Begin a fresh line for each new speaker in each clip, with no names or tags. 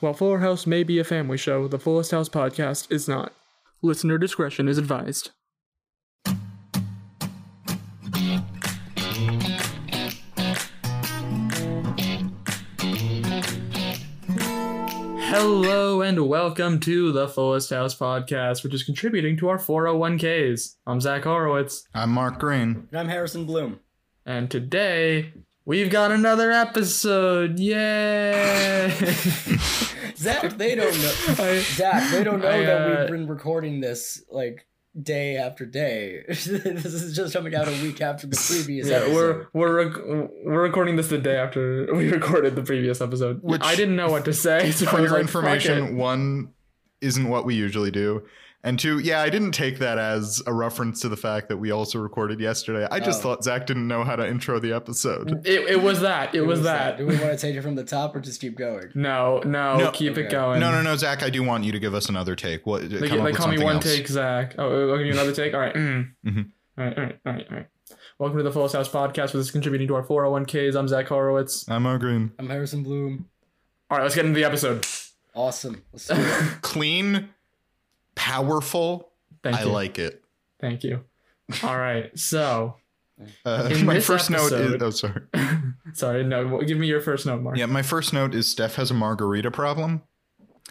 While Fuller House may be a family show, the Fullest House podcast is not. Listener discretion is advised. Hello and welcome to the Fullest House podcast, which is contributing to our 401ks. I'm Zach Horowitz,
I'm Mark Green.
And I'm Harrison Bloom.
and today we've got another episode. Yay!
Zach, they don't know.
I-
Zach, they don't know
I,
that
uh,
we've been recording this like day after day. this is just coming out a week after the previous
Yeah,
episode.
we're we're rec- we're recording this the day after we recorded the previous episode.
Which-
I didn't know what to say, so I
For
was
your
like, "Fuck
information, one isn't what we usually do. And two, yeah, I didn't take that as a reference to the fact that we also recorded yesterday. I just
Oh.
thought Zach didn't know how to intro the episode.
it. It, it was that. It,
Who
was, that.
Do we want to take it from the top or just keep going?
No, no,
No.
keep
Okay.
it going.
no, no, no, Zach, I do want you to give us another take. What,
They,
come up
they
with
call me
something
one
else.
take, Zach. Oh, I'll give you another take. All right. Mm.
Mhm.
All right, all right, all right, all right. Welcome to the Fullest House podcast, where this is contributing to our 401ks. I'm Zach Horowitz.
I'm Mark Green.
I'm Harrison Bloom.
All right, let's get into the episode.
Awesome. Let's do it.
Thank
Clean, powerful. I
you.
like it.
Thank you. All right, so
Uh,
In
my
this
first note
episode-
is oh sorry.
sorry, no, give me your first note, Mark.
Yeah, my first note is Steph has a margarita problem.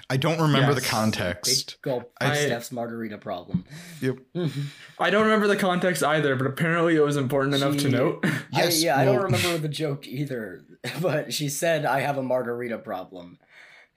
I don't remember the
Yes.
context.
Big gulp.
I-
Steph's margarita problem.
Yep.
I don't remember the context either, but apparently it was important enough to
She-
note.
Yes,
I, yeah, I don't
well-
remember the joke either, but she said I have a margarita problem.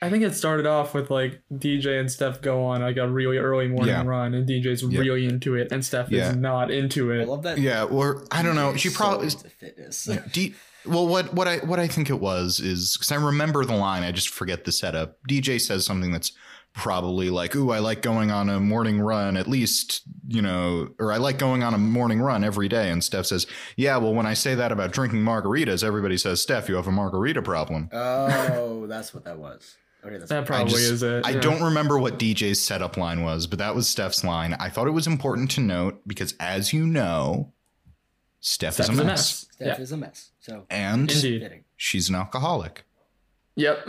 I think it started off with like DJ and Steph go on like a really early morning
Yeah.
run, and DJ's
Yeah.
really into it, and Steph
Yeah.
is not into
I
it.
love that.
Yeah, or I don't know.
she's
She
so
probably
into fitness.
D- well, what what I what I think it was is because I remember the line, I just forget the setup. DJ says something that's probably like, "Ooh, I like going on a morning run at least, you know, or I like going on a morning run every day." And Steph says, "Yeah, well, when I say that about drinking margaritas, everybody says, Steph, you have a margarita problem."
Oh, that's what that was. Okay, that's
That probably
just-
is it.
I
yeah.
don't remember what DJ's setup line was, but that was Steph's line. I thought it was important to note because, as you know, Steph,
Steph's
is a mess,
Steph
Yeah.
is a mess. So
and
Indeed.
fitting,
she's an alcoholic.
Yep.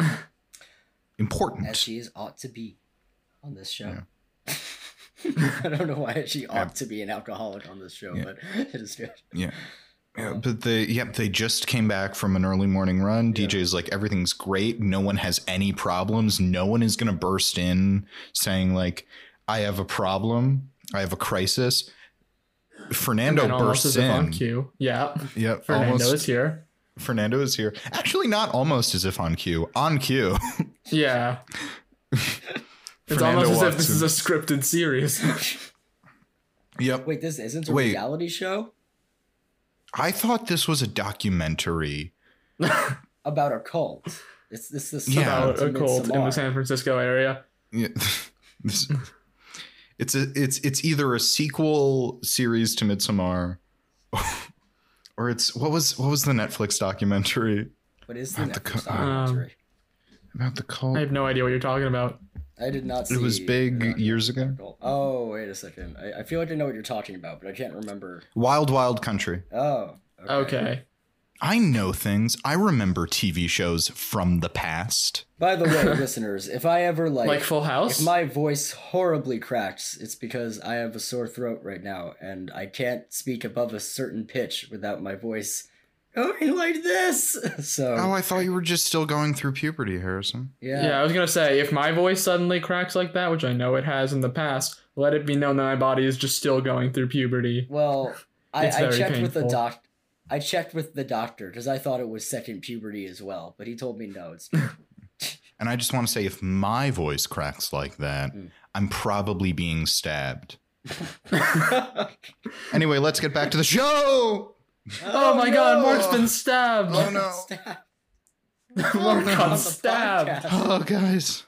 Important.
as she is ought to be on this show.
Yeah.
I don't know why she ought
Yeah.
to be an alcoholic on this show,
Yeah.
but it is good.
Yeah. Yeah, but they yep, they just came back from an early morning run.
Yeah.
DJ's like everything's great. No one has any problems. No one is going to burst in saying like I have a problem. I have a crisis.
And
Fernando
then almost
bursts
as if on
in.
cue. Yeah.
Yep,
Fernando
almost-
is here.
Fernando is here. Actually, not almost as if on cue. On cue.
Yeah. it's
Fernando
almost as if
walks
this
in.
is a scripted series.
yep.
Wait, this isn't a
Wait.
reality show
I thought this was a documentary.
about a cult. It's this this
Yeah.
about a cult in the
Midsommar.
San Francisco area.
Yeah. This- it's a, it's it's either a sequel series to Midsommar, or it's what was what was the Netflix documentary
What is the
Not the
Netflix
co-
Um,
documentary?
about the cult?
I have no idea what you're talking about.
I did not see.
it was big
the
years ago.
cult. Oh wait a second. I, I feel like I know what you're talking about, but I can't remember.
Wild Wild Country.
Oh.
Okay.
I know things. I remember TV shows from the past.
By the way, listeners, if I ever like,
Like, Full House?
if my voice horribly cracks, it's because I have a sore throat right now, and I can't speak above a certain pitch without my voice going like this. So
Oh, I thought you were just still going through puberty, Harrison.
yeah,
yeah. I was gonna say if my voice suddenly cracks like that, which I know it has in the past, let it be known that my body is just still going through puberty.
Well, I,
It's
I
very
checked with the
painful.
doc. I checked with the doctor because I thought it was second puberty as well, but he told me no. It's
And I just want to say, if my voice cracks like that,
Mm.
I'm probably being stabbed. Anyway, let's get back to the show.
Oh, my God,
no!
Mark's been stabbed.
Oh no.
Stabbed
Mark
no.
on
got
the
stabbed.
podcast.
Oh, guys.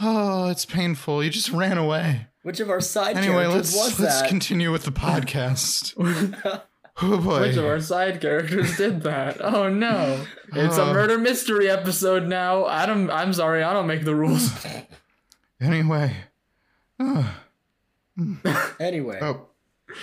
Oh, it's painful. You just ran away.
Which of our side
Anyway,
characters
let's
was
let's
that?
continue with the podcast. oh boy.
Which of our side characters did that? Oh no! It's a
Uh.
murder mystery episode now. I don't. I'm sorry. I don't make the rules.
Anyway. Oh. Ugh.
anyway,
Oh,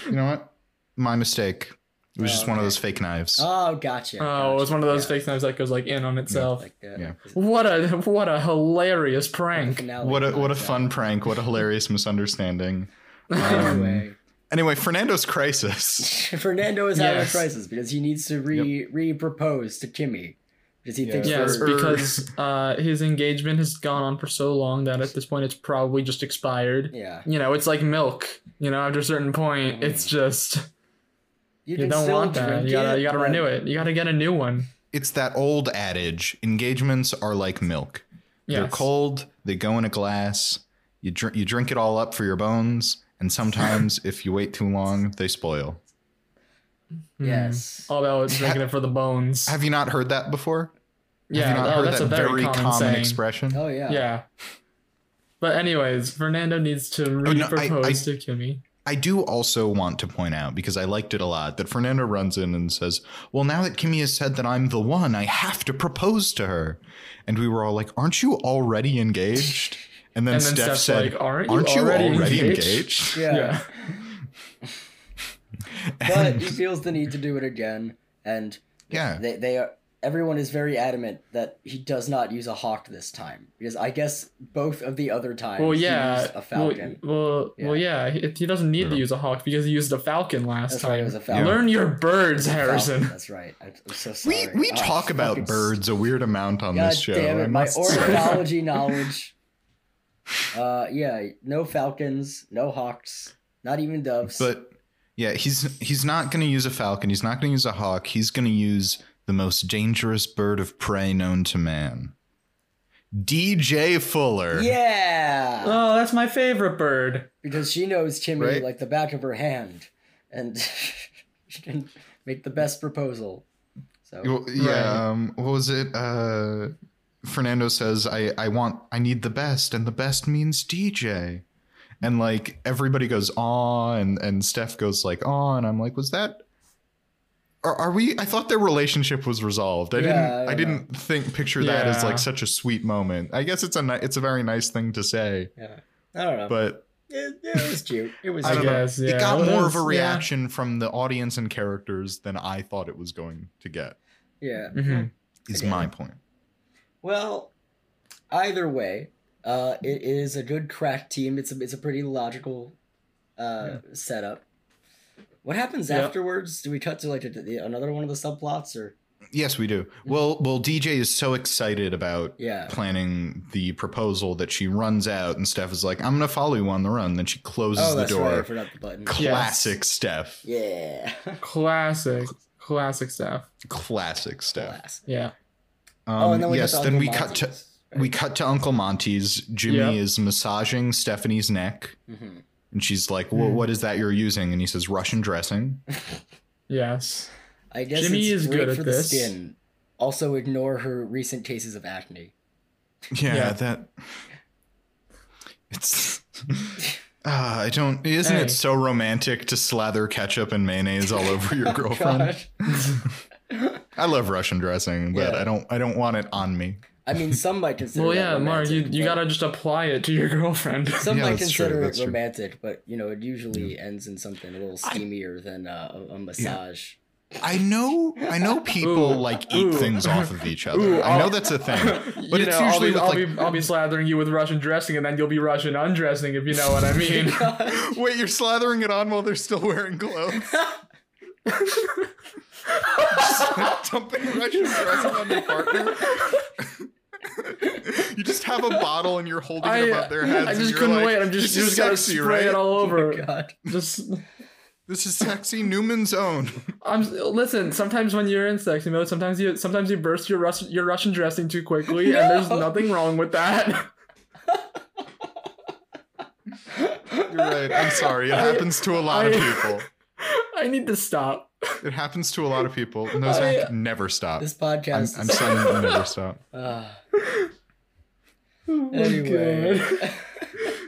you know what? My mistake. It was
Oh,
just one of
okay.
those fake knives.
Oh, gotcha.
Oh, it was
gotcha.
one of those
Yeah,
fake knives that goes like in on itself.
Like uh, that.
Yeah.
What a what a hilarious prank.
Finale
what a what a
podcast.
fun prank! What a hilarious misunderstanding. Um,
Anyway,
Anyway, Fernando's crisis.
Fernando is having a
Yes.
crisis because he needs to re re propose to Kimmy because he thinks
Yeah.
Yes,
Sure.
we're-
because uh, his engagement has gone on for so long that at this point it's probably just expired.
yeah
You know, it's like milk. You know, after a certain point, it's just you,
can
don't
still
want that.
drink
You gotta
it,
you gotta
but-
renew it. You gotta get a new one.
It's that old adage: engagements are like milk. They're
Yes.
cold. They go in a glass. You drink. You drink it all up for your bones. And sometimes, if you wait too long, they spoil.
Mm.
Mm-hmm.
Yes.
All about drinking it for the bones.
Have you not heard that before?
yeah,
Have you not
oh,
heard
that's
that
a very, common, saying.
expression?
Oh yeah.
Yeah. But anyways, Fernando needs to
Oh, no, I-
re-propose
I-
to Kimmy.
I do also want to point out because I liked it a lot that Fernando runs in and says, "Well, now that Kimmy has said that I'm the one, I have to propose to her." And we were all like, "Aren't you already engaged?" And then,
And then
Steph,
Steph's
said,
like, "Aren't you
"Aren't you
already
already,
engaged?"
engaged?"
Yeah.
Yeah.
But he feels the need to do it again, and
yeah.
they they are everyone is very adamant that he does not use a hawk this time because I guess both of the other times
Well,
he
yeah.
used a
Well,
falcon.
well, well, yeah. He, he doesn't need to
Yeah.
use a hawk because he used a falcon last
That's
time.
right, it was a falcon.
Learn your birds,
Falcon,
Harrison.
That's right. I, I'm so
We
sorry.
we
Oh,
talk
fucking
about
s-
birds a weird amount on
God
this show.
damn
I
it! My
must say.
ornithology knowledge. Uh, yeah. No falcons. No hawks. Not even doves.
But yeah, he's he's not going to use a falcon. He's not going to use a hawk. He's going to use the most dangerous bird of prey known to man. DJ Fuller.
yeah.
Oh, that's my favorite bird.
because she knows Timmy
Right?
like the back of her hand, and she can make the best proposal. So
Well, yeah. Um, what was it? Uh, Fernando says, "I I want I need the best, and the best means DJ." And like everybody goes aw, and and Steph goes like aw, and I'm like, was that? Are, are we? I thought their relationship was resolved. I
Yeah, I
didn't. I,
don't
didn't think picture that as
Yeah.
like such a sweet moment. I guess it's a ni- it's a very nice thing to say,
yeah, I don't know.
but
it, it was cute. It was.
I
I
don't
Cute.
know.
guess. Yeah.
it got
Well,
more of a
that's-
reaction from the audience and characters than I thought it was going to get.
Yeah.
Yeah. Mhm.
Is
Yeah.
my point.
Well, either way, uh, it is a good crack team. It's a it's a pretty logical uh, setup. What happens
Yeah.
afterwards? Do we cut to like a, the- another one of the subplots, or
Yes, we do.
Mm-hmm.
Well, well, DJ is so excited about
yeah,
planning the proposal that she runs out, and Steph is like, "I'm gonna follow you on the run." Then she closes
oh,
the
that's right. I
door.
forgot the button.
Classic Steph.
Yeah,
Classic, classic stuff.
Classic Steph.
Classic.
Yeah.
Um,
oh, and then we
yes.
got the
Then we
Uncle
cut to
Monsters,
we cut to Uncle Monty's. Jimmy
Yep.
is massaging Stephanie's neck,
right? Mhm.
and she's like, "Well,
Mm-hmm.
Hmm.
what is that you're using?" And he says, "Russian dressing."
Yes.
I guess
Jimmy
it's
is
great
good at
for
this.
the skin. Also, ignore her recent cases of acne.
Yeah,
Yeah.
that. It's. Ah, I don't. Isn't
Hey.
it so romantic to slather ketchup and mayonnaise all over
Oh
Oh
your girlfriend?
God.
I love Russian dressing, but
Yeah.
I don't. I don't want it on me.
I mean, some might consider.
Well,
that
yeah, Mark, you,
romantic,
you
but
gotta just apply it to your girlfriend.
Some
Yeah,
might
that's true,
consider
that's
it
true.
romantic, but you know, it usually ends in something a little steamier than uh, a, a massage.
I know. I know people
Ooh.
like eat
Ooh.
things off of each other.
Ooh,
I know
I'll-
that's a thing,
You
but it's
know,
usually
I'll, be,
with
I'll,
like.
be, I'll be slathering you with Russian dressing, and then you'll be Russian undressing, if you know what I
Oh
mean.
Wait, you're slathering it on while they're still wearing gloves. dumping Russian dressing on your partner. you just have a bottle and you're holding
I,
it above their heads.
I
and
just
you're
couldn't
like,
wait. I'm just,
"This is
just gotta
sexy,
spray
right?
it all
Oh,
over.
God.
just
This is sexy Newman's own.
I'm listen. Sometimes when you're in sexy mode, sometimes you sometimes you burst your Russian your Russian dressing too quickly, and there's
No.
nothing wrong with that.
You're right. I'm sorry. It happens to a lot of
I-
people.
I need to stop.
It happens to a lot of people. No, Zach, never stop.
This
I'm,
podcast.
I'm
is,
saying you never stop.
Ah.
Oh my
anyway.
God.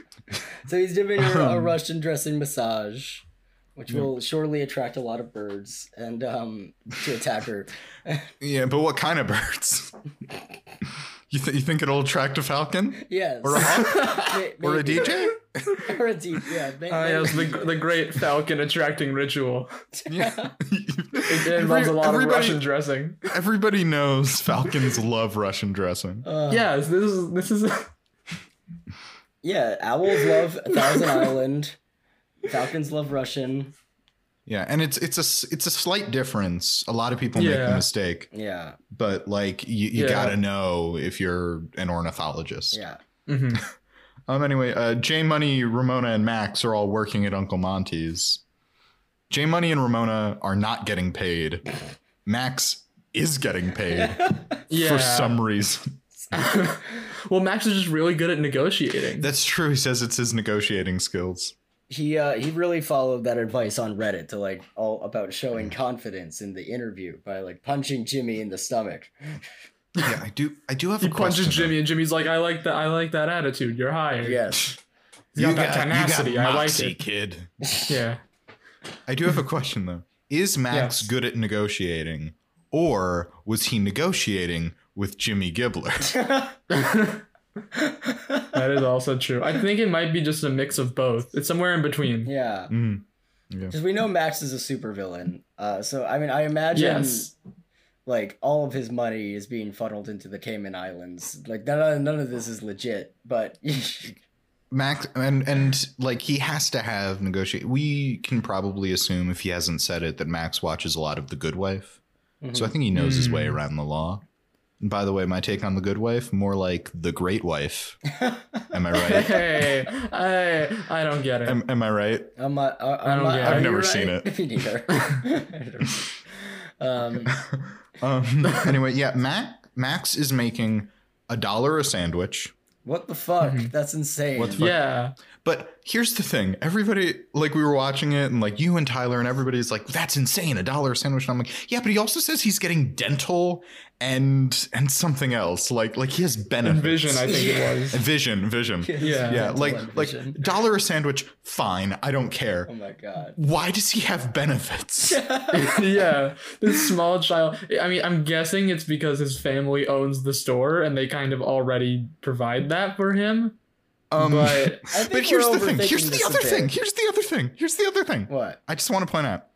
so he's giving her a
Um.
Russian dressing massage, which
Yep.
will surely attract a lot of birds and um to attack her.
Yeah, but what kind of birds? You, th- you think it'll attract a falcon
Yes.
or a hawk
May-
or a
maybe.
DJ?
or a DJ. Yeah. may-
Uh, yeah, it was the,
maybe.
the great falcon attracting ritual.
Yeah,
It involves a lot of
everybody,
Russian dressing.
Everybody knows falcons love Russian dressing.
Uh,
yes, this is this is.
Yeah. Owls love Thousand Island. Falcons love Russian.
Yeah, and it's it's a s- it's a slight difference. A lot of people make the
Yeah.
mistake,
Yeah.
but like you, you
Yeah.
gotta know if you're an ornithologist.
Yeah.
Mhm.
Um. Anyway, uh, J Money, Ramona, and Max are all working at Uncle Monty's. J Money and Ramona are not getting paid. Max is getting paid
Yeah.
for some reason.
well, Max is just really good at negotiating.
That's true. He says it's his negotiating skills.
he uh he really followed that advice on Reddit to like all about showing confidence in the interview by like punching Jimmy in the stomach.
Yeah, I do. I do have
He
a
punches
question. though.
Jimmy, and Jimmy's like, "I like that. I like that attitude. You're hired.
Yes.
He's got that tenacity. I like
moxie,
it.
kid.
Yeah.
I do have a question though. Is Max
Yes.
good at negotiating, or was he negotiating with Jimmy Gibbler?
That is also true. I think it might be just a mix of both. It's somewhere in between.
yeah.
Mm-hmm.
Mm.
Because we know Max is a supervillain. Uh so I mean I imagine
Yes.
like all of his money is being funneled into the Cayman Islands. Like none, none of this is legit, but
Max and and like he has to have negotiate. We can probably assume if he hasn't said it that Max watches a lot of The Good Wife, so I think he knows his way
Mm.
around the law. And by the way, my take on The Good Wife more like The Great Wife. Am I right?
Hey, I I don't get it.
am, am I right?
I'm not, I,
I
am
don't
not,
get it.
are
I've
you
never seen
right?
it.
Me neither. I don't know. um,
Um, anyway, yeah, Max Max is making a dollar a sandwich.
what the fuck?
Mhm.
That's insane.
What the fuck?
yeah.
But here's the thing. Everybody, like, we were watching it, and like you and Tyler, and everybody's like, "That's insane! A dollar a sandwich." And I'm like, "Yeah," but he also says he's getting dental and and something else. Like, like he has benefits.
Envision, I think
Yeah.
it was.
vision, vision. Yeah,
Yeah.
Mental
like
ambition.
like dollar a sandwich. Fine, I don't care.
Oh my god.
Why does he have benefits?
yeah. This small child. I mean, I'm guessing it's because his family owns the store and they kind of already provide that for him.
Um,
But
I
but
think we're
here's the thing.
overthinking
Here's the
this a
other
bit.
thing. Here's the other thing. Here's the other thing.
What?
I just want to point out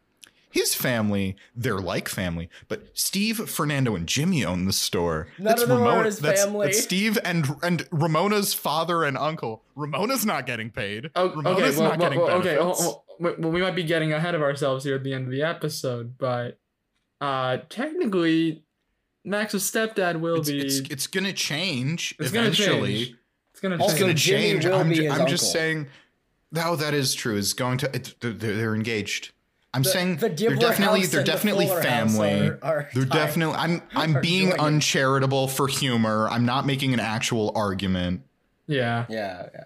his family, they're like family, but Steve, Fernando, and Jimmy own the store.
None of them are his
that's,
family.
That's Steve and and Ramona's father and uncle. Ramona's not getting paid.
oh, okay,
Ramona's
well,
not getting
well, well, okay. oh,
benefits.
Well, well, well, we might be getting ahead of ourselves here at the end of the episode, but uh technically, Max's stepdad will
it's,
oh, be.
it's, it's gonna change
It's gonna
eventually.
change. It's gonna
It's
Also,
gonna
change.
Jimmy
change.
will
I'm,
be
ju-
his
I'm just
uncle.
saying. No, that is true. Is going to it, they're, they're they're engaged. I'm saying
the
they're
Gibbler
definitely
house
they're
and the
definitely
Fuller house
family.
are- are
They're
tied.
definitely. I'm I'm
Are
being
joined.
uncharitable for humor. I'm not making an actual argument.
Yeah.
Yeah. yeah.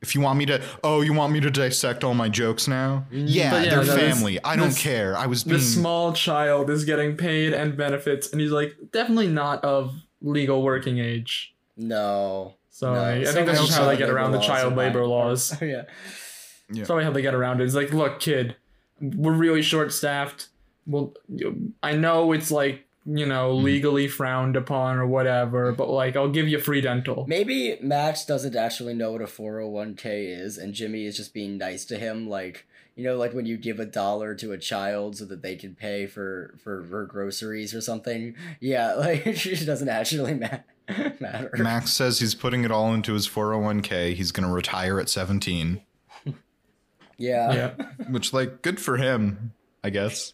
If you want me to, oh, you want me to dissect all my jokes now? Yeah,
But yeah,
they're
no, this-
family. I don't
this-
care. I was being.
The small child is getting paid and benefits, and he's like definitely not of legal working age.
No.
So
No,
I, I
so
think that's
many
just how they
child
get
labor
around the
laws are
child labor
fine.
laws.
yeah.
Yeah.
That's probably how they get around it. It's like, look, kid, we're really short staffed. Well, you- I know it's like you know
Mhm.
legally frowned upon or whatever, but like I'll give you free dental.
Maybe Max doesn't actually know what a 401k is, and Jimmy is just being nice to him, like you know, like when you give a dollar to a child so that they can pay for for, for groceries or something. Yeah, like it doesn't actually ma- matter.
Max says he's putting it all into his 401k. He's going to retire at 17,
yeah.
Yeah,
which, like, good for him, I guess.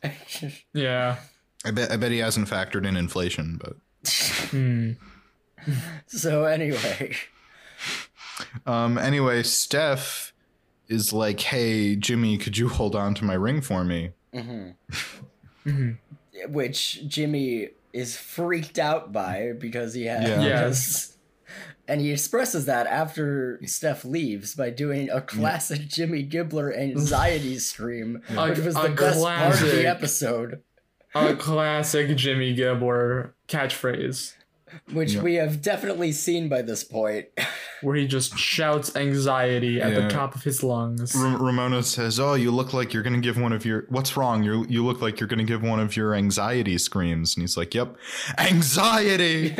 yeah.
I bet. I bet he hasn't factored in inflation, but.
Hmm.
so anyway,
Um, anyway, Steph is like, hey, Jimmy, could you hold on to my ring for me?
hmm
Mhm.
which Jimmy is freaked out by because he has.
Yeah.
Yes.
And he expresses that after Steph leaves by doing
Mm.
a classic Jimmy Gibbler anxiety scream,
A-
which was
a
the best part of
classic.
the episode,
A classic Jimmy Gibbler catchphrase.
which
Yeah.
we have definitely seen by this point.
where he just shouts anxiety at
Yeah.
the top of his lungs.
Ra- Ramona says, "Oh, you look like you're gonna give one of your what's wrong? You you look like you're gonna give one of your anxiety screams." And he's like, "Yep, anxiety."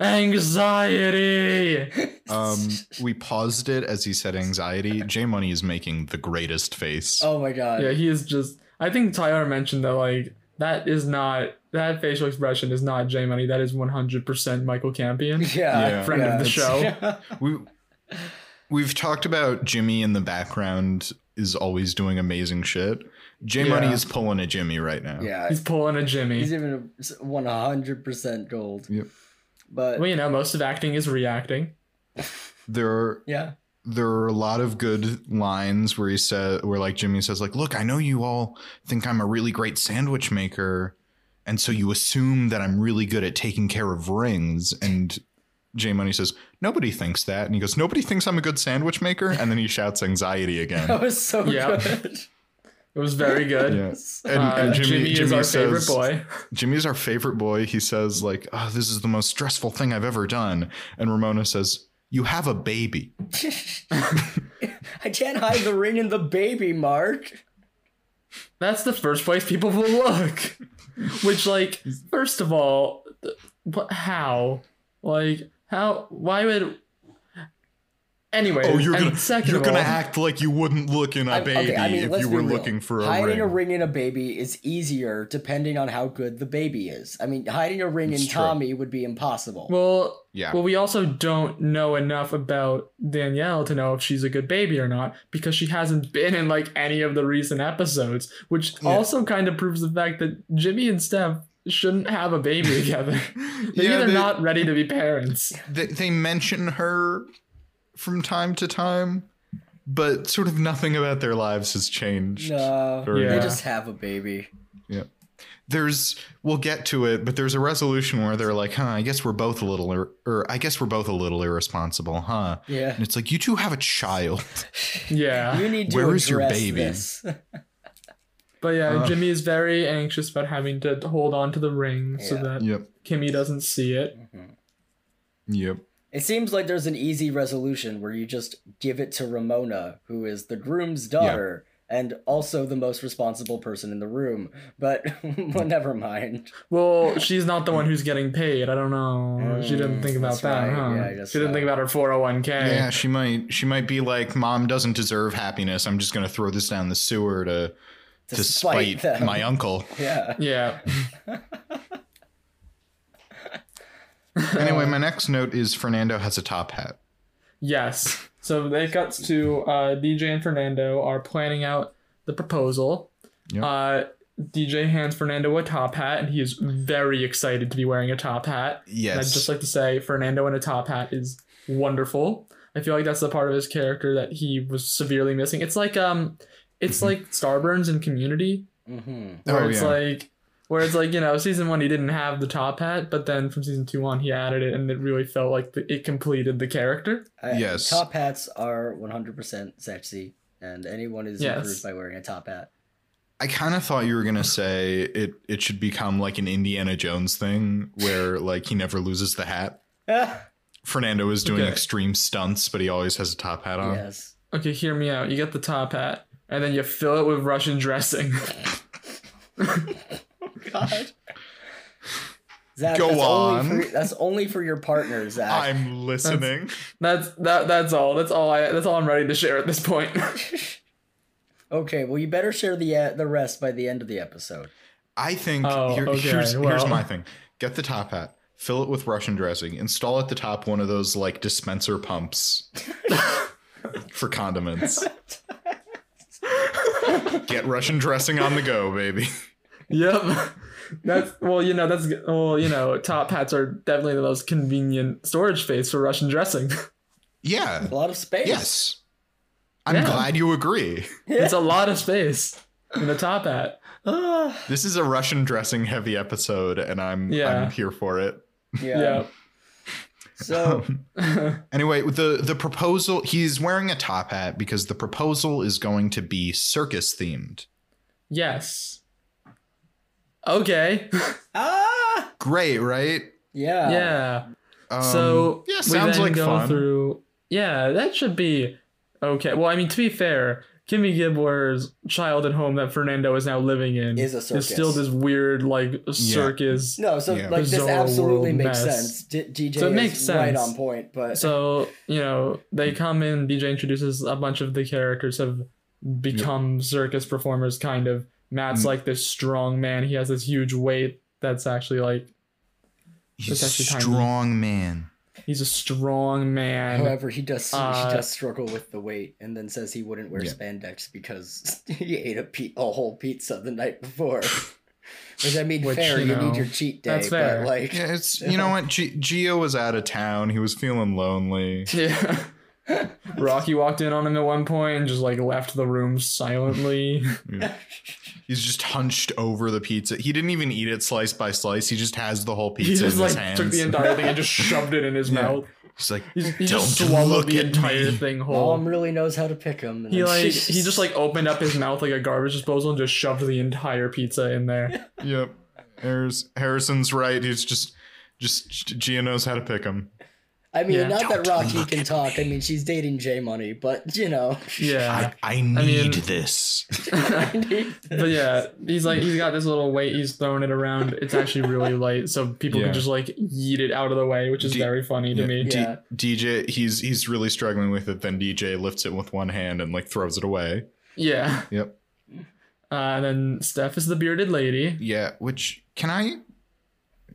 Anxiety.
Um, we paused it as he said anxiety. J Money is making the greatest face.
oh my god.
Yeah, he is just. I think Tyler mentioned that like that is not that facial expression is not J Money. That is one hundred percent Michael Campion,
yeah.
Yeah.
friend of the show.
We we've talked about Jimmy in the background is always doing amazing shit. J Money
Yeah.
is pulling a Jimmy right now.
yeah.
He's pulling a
He's
Jimmy.
even one hundred percent gold.
Yep.
But
Well, you know, most of acting is reacting.
There are
yeah,
there are a lot of good lines where he said where like Jimmy says like look I know you all think I'm a really great sandwich maker and so you assume that I'm really good at taking care of rings and J Money says nobody thinks that and he goes nobody thinks I'm a good sandwich maker and then he shouts anxiety
that
again
was so
Yeah.
good.
It was very good.
Yeah.
So-
and, and
Uh,
Jimmy,
Jimmy, is our
says,
favorite boy.
Jimmy's our favorite boy he says like oh, this is the most stressful thing I've ever done and Ramona says you have a baby
I can't hide the ring and the baby, Mark.
That's the first place people will look. Which, like, first of all, th- what, how? Like, how? Why would? Anyway,
Oh, you're
and
gonna
2nd
you're
of
gonna
all-
act like you wouldn't look in a
I- okay,
baby
I mean,
if
let's
you
be
were
real.
looking for a
hiding
ring.
a ring in a baby is easier depending on how good the baby is. I mean, hiding a ring
It's
in
true.
Tommy would be impossible.
Well,
Yeah.
Well, we also don't know enough about Danielle to know if she's a good baby or not because she hasn't been in like any of the recent episodes, which
Yeah.
also kind of proves the fact that Jimmy and Steph shouldn't have a baby together. Maybe
yeah,
they're
they,
not ready to be parents.
They, they mention her from time to time, but sort of nothing about their lives has changed.
no,
Or-
Yeah.
they just have a baby.
There's we'll get to it, but there's a resolution where they're like, "Huh, I guess we're both a little, ir- or I guess we're both a little irresponsible, huh?"
Yeah,
And it's like you two have a child.
Yeah.
you need to
Where
address
is your baby?
this.
But yeah,
Ugh.
Jimmy is very anxious about having to hold on to the ring so
Yeah.
that
yep,
Kimmy doesn't see it.
yep.
It seems like there's an easy resolution where you just give it to Ramona, who is the groom's daughter and also the most responsible person in the room. But well, never mind.
Well, she's not the one who's getting paid. I don't know. she didn't
Mm,
think about
that's
that,
right.
huh?
Yeah, I guess
she didn't
so.
think about her 401k.
Yeah, she might, she might be like, "Mom doesn't deserve happiness. I'm just gonna throw this down the sewer to, to
Despite
spite
them.
my uncle."
Yeah.
Yeah.
Anyway, my next note is Fernando has a top hat.
Yes. So they cuts to uh, DJ and Fernando are planning out the proposal.
Yeah.
Uh, DJ hands Fernando a top hat, and he is very excited to be wearing a top hat. And I'd
Yes.
just like to say, Fernando in a top hat is wonderful. I feel like that's the part of his character that he was severely missing. It's like um, it's like Starburns in Community,
hmm
where
Mm-hmm. Oh,
it's
yeah.
like, where it's like you know, season one he didn't have the top hat, but then from season two on he added it, and it really felt like the, it completed the character.
Yes.
Top hats are 100% sexy, and anyone is
Yes.
improved by wearing a top hat.
I kind of thought you were gonna say it. It should become like an Indiana Jones thing where like he never loses the hat.
Ah.
Fernando is doing
Okay.
extreme stunts, but he always has a top hat on.
yes.
Okay, hear me out. You get the top hat, and then you fill it with Russian dressing.
God. Zach,
Go
that's
on.
Only for, that's only for your partner, Zach.
I'm listening.
that's that. That's all. That's all. I. That's all I'm ready to share at this point.
okay, well, you better share the uh, the rest by the end of the episode.
I think
Oh,
here-
okay,
here's here's
well.
my thing. Get the top hat, fill it with Russian dressing, install at the top one of those like dispenser pumps for condiments. Get Russian dressing on the go, baby.
yep. That's well, you know, that's well, you know, top hats are definitely the most convenient storage space for Russian dressing.
Yeah.
A lot of space.
Yes. I'm
Yeah.
glad you agree.
it's a lot of space in a top hat.
Ah.
This is a Russian dressing heavy episode, and I'm
Yeah.
I'm here for it.
Yeah.
So
Anyway, with the the proposal he's wearing a top hat because the proposal is going to be circus themed.
yes. Okay.
ah
Great, right?
yeah
yeah.
Um,
so
yeah,
we
sounds
then
like
go
fun.
Through, yeah, that should be okay. Well, I mean, to be fair, Kimmy Gibbler's childhood home that Fernando is now living in
Is a circus.
still this weird like circus.
No, so
Yeah.
like this
Bizarre
absolutely
world
makes
mess.
sense. D- DJ
So it
is
makes
right
sense.
on point, but
So you know they
Hmm.
come in. DJ introduces a bunch of the characters have become circus performers. Kind of Matt's
Hmm.
Mm.
like this strong man. He has this huge weight that's actually like
He's a
It's actually tiny.
strong man.
he's a strong man.
however, he does
uh,
he does struggle with the weight, and then says he wouldn't wear
Yeah.
spandex because he ate a, pe- a whole pizza the night before. Which I mean,
Which,
fair. You,
you know,
need your cheat day,
that's fair.
but like,
Yeah, it's you know what? G- Geo was out of town. He was feeling lonely.
Yeah. Rocky walked in on him at one point and just like left the room silently.
Yeah. He's just hunched over the pizza. He didn't even eat it slice by slice. He just has the whole pizza
he just
in his
like
hands.
took the entire thing and just shoved it in his
Yeah.
mouth.
He's like,
He, he just
Don't look
swallowed the
at
entire
me.
thing whole.
mom really knows how to pick him. And
he
then
like
she-
he just like opened up his mouth like a garbage disposal and just shoved the entire pizza in there.
yep. Harris, Harrison's right. He's just, just Gio knows how to pick him.
I mean,
Yeah.
not that
Don't
Rocky
look
can
at
talk. I mean, she's dating J Money, but you know,
Yeah.
I
mean-
this.
I need
but yeah, he's like he's got this little weight, he's throwing it around. It's actually really light, so people
Yeah.
can just like yeet it out of the way, which is
Do-
very funny to
yeah,
me.
D-
Yeah.
DJ, he's he's really struggling with it. Then DJ lifts it with one hand and like throws it away.
Yeah.
Yep.
Uh, and then Steph is the bearded lady.
Yeah. Which can I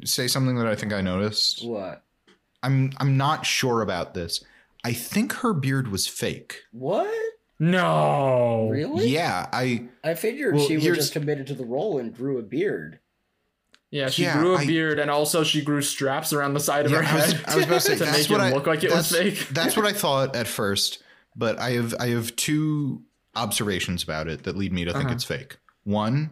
say something that I think I noticed?
what?
I'm I'm not sure about this. I think her beard was fake.
What?
No.
Really?
Yeah, I
I figured
Well,
she was
here's-
just committed to the role and grew a beard.
Yeah, she
Yeah,
grew a
I-
beard and also she grew straps around the side of
yeah,
her
I was,
head
I was about to say
to make
that's what
it
I
look like it was
that's,
fake.
that's what I thought at first, but I have I have two observations about it that lead me to think
Uh-huh.
it's fake. One,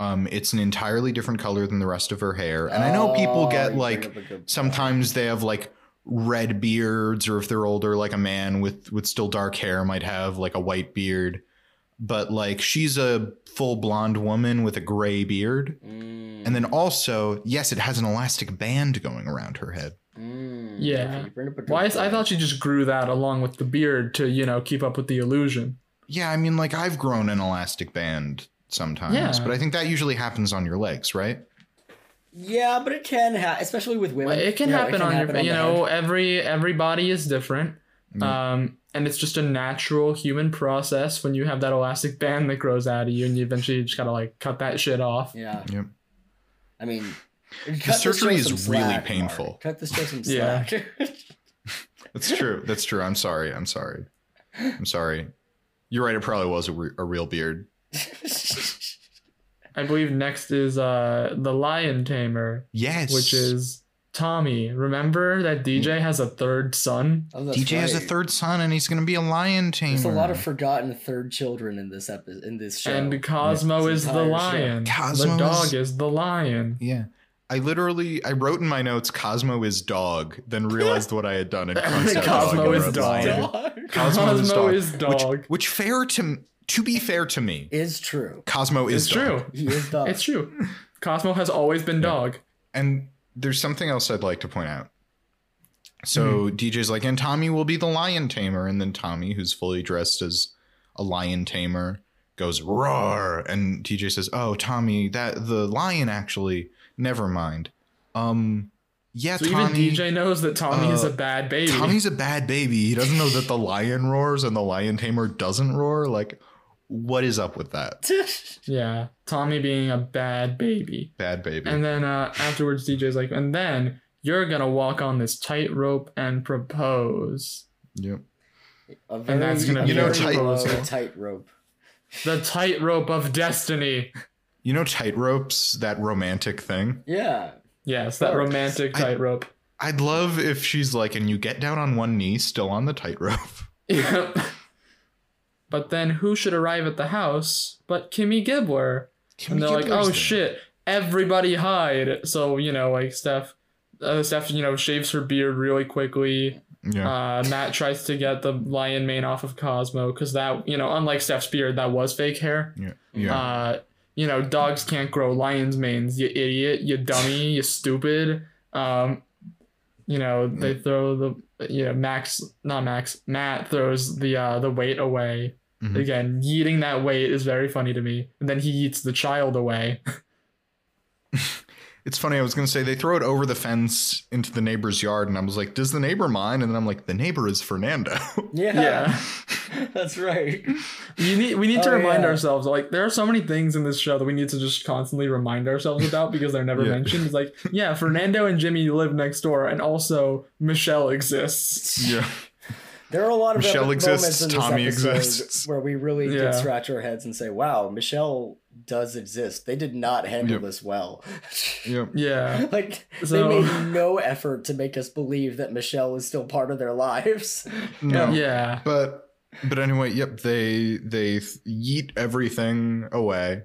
um, it's an entirely different color than the rest of her hair, and I know people
Oh,
get
you
like
bring up a good point.
sometimes they have like red beards or if they're older like a man with with still dark hair might have like a white beard but like she's a full blonde woman with a gray beard
Mm,
and then also yes it has an elastic band going around her head
mm,
Yeah.
you bring up a good
Why is I
point.
thought she just grew that along with the beard to, you know, keep up with the illusion.
yeah i mean like i've grown an elastic band sometimes
Yeah.
but i think that usually happens on your legs right
Yeah, but it can happen, especially with women.
It can
Yeah,
happen on your
on
you
the
know,
head.
every every body is different.
Mm.
Um and it's just a natural human process when you have that elastic band that grows out of you and you eventually just gotta like cut that shit off.
Yeah.
Yep.
I mean, cut
surgery
show
is
some
really
slack, Mark.
painful.
Cut this show some
Yeah.
slack.
that's true that's true i'm sorry i'm sorry i'm sorry you're right it probably was a, re- a real beard
I believe next is uh the lion tamer,
yes
which is Tommy. Remember that DJ has a third son?
Oh, that's
DJ has a
right.
third son and he's going to be a lion tamer.
There's a lot of forgotten third children in this episode, in this show.
And Cosmo
Yeah.
is the
Entire show.
lion.
Cosmo
the dog
is-
is... the lion.
yeah. I literally I wrote in my notes Cosmo is dog, then realized what I had done and crossed out
Cosmo
dog and
is
wrote
dog.
lion.
Dog.
Cosmo, is
Cosmo
dog.
is dog.
Which, which fair to m- to be fair to me,
is true.
Cosmo is
It's
dog.
true.
He is dog.
It's true. Cosmo has always been dog.
And there's something else I'd like to point out. So
Mm-hmm.
DJ's like, and Tommy will be the lion tamer, and then Tommy, who's fully dressed as a lion tamer, goes roar, and DJ says, "Oh, Tommy, that the lion actually. Never mind. Um, yeah,
So
Tommy.
even DJ knows that Tommy is
uh,
a bad baby.
Tommy's a bad baby. He doesn't know that the lion roars and the lion tamer doesn't roar. Like, what is up with that
yeah, Tommy being a bad baby.
bad baby?
And then uh, afterwards, DJ's like, and then you're gonna walk on this tightrope and propose.
yep.
A very,
And that's gonna
a
be your
very
tight-
low
proposal.
tightrope.
The tightrope of destiny.
You know, tightropes that romantic thing.
Yeah.
Yes, that
course.
romantic
I-
tightrope.
I'd love if she's like, and you get down on one knee, still on the tightrope.
Yep. But then who should arrive at the house but Kimmy Gibbler? and they're like, oh shit, everybody hide. So, you know, like Steph, uh, Steph, you know, shaves her beard really quickly.
Yeah.
Uh, Matt tries to get the lion mane off of Cosmo because that, you know, unlike Steph's beard, that was fake hair.
yeah. Yeah.
Uh, you know, dogs can't grow lion's manes, you idiot, you dummy, you stupid. Um, you know, they throw the you know, Max not Max, Matt throws the uh the weight away
Mhm.
Again, yeeting that weight is very funny to me. And then he eats the child away.
It's funny. I was going to say they throw it over the fence into the neighbor's yard, and I was like, "Does the neighbor mind?" And then I'm like, "The neighbor is Fernando."
yeah.
That's right.
You need we need to
Oh,
remind
yeah.
ourselves like there are so many things in this show that we need to just constantly remind ourselves about because they're never
Yeah.
mentioned. It's like, yeah, Fernando and Jimmy live next door and also Michelle exists.
yeah,
There are a lot of
Michelle
epic
exists,
moments in this
Tommy
episode
exists.
where we really
Yeah.
did scratch our heads and say, "Wow, Michelle does exist." They did not handle
Yep.
this well.
yeah.
Yeah.
like
So-
they made no effort to make us believe that Michelle is still part of their lives.
No,
Yeah.
but but anyway, yep. They they yeet everything away.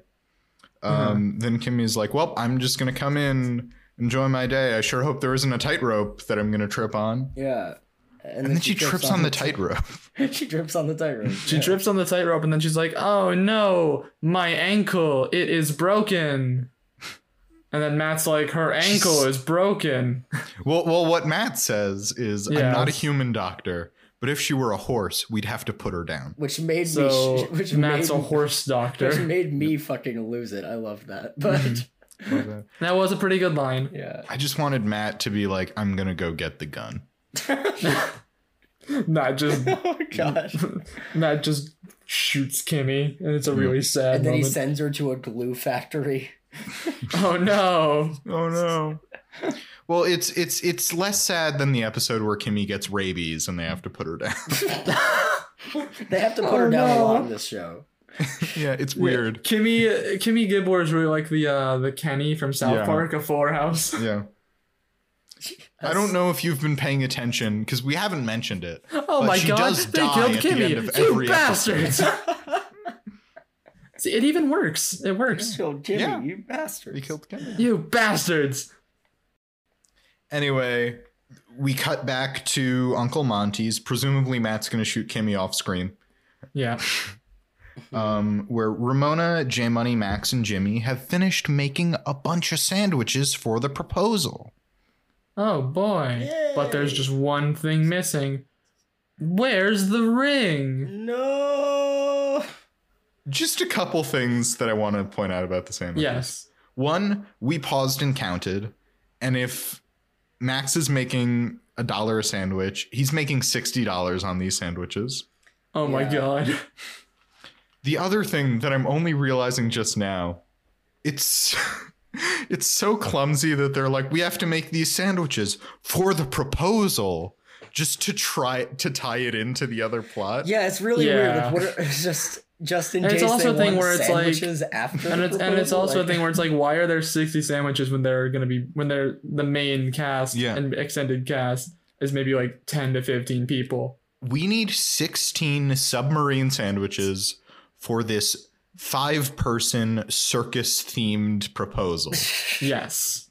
Um,
Mm-hmm.
Then Kimmy's like, "Well, I'm just going to come in, enjoy my day. I sure hope there isn't a tightrope that I'm going to trip on."
Yeah.
And, then she trips on the tightrope.
she trips on the tightrope.
She
yeah.
trips on the tightrope and then she's like, "Oh no, my ankle, it is broken." And then Matt's like, "Her ankle is broken."
Well, well, what Matt says is,
Yeah.
"I'm not a human doctor, but if she were a horse, we'd have to put her down."
Which made me.
So
sh- Which
Matt's
made,
a horse
Which
doctor.
made me fucking lose it. I love that. But
That was a pretty good line.
yeah.
I just wanted Matt to be like, "I'm gonna go get the gun."
Not just
oh gosh.
Matt just shoots Kimmy, and it's a really sad
And then he
moment.
sends her to a glue factory.
oh no!
Oh no. Well, it's it's it's less sad than the episode where Kimmy gets rabies and they have to put her down.
They have to put
Oh,
her down a
no.
lot in this show.
yeah, it's weird.
Kimmy Kimmy Gibbler is really like the uh, the Kenny from South
Yeah.
Park, a floor house.
Yeah. I don't know if you've been paying attention because we haven't mentioned it.
Oh
But
my
she
god,
does
they
die
killed
at the end
Kimmy!
of
you
every
bastards! See, it even works. It works.
killed Jimmy,
Yeah.
you bastard.
We killed Kimmy.
You bastards!
Anyway, we cut back to Uncle Monty's. Presumably, Matt's going to shoot Kimmy off screen.
Yeah.
Um, where Ramona, J Money, Max, and Jimmy have finished making a bunch of sandwiches for the proposal.
Oh boy. But there's just one thing missing. Where's the ring?
No.
Just a couple things that I want to point out about the sandwiches.
Yes.
One, we paused and counted. And if Max is making a dollar a sandwich, he's making $60 on these sandwiches.
Oh my
Yeah.
god.
The other thing that I'm only realizing just now, it's it's so clumsy that they're like we have to make these sandwiches for the proposal just to try to tie it into the other plot.
Yeah, it's really
Yeah.
weird. Like, what are, just just in
And
case
it's also a
they
thing
want
where it's like-
sandwiches after.
and
the
it's and it's
proposal,
also
like-
a thing where it's like why are there 60 sandwiches when they're gonna be when they're the main cast
Yeah.
and extended cast is maybe like 10 to 15 people
We need 16 submarine sandwiches for this five-person circus-themed proposal.
yes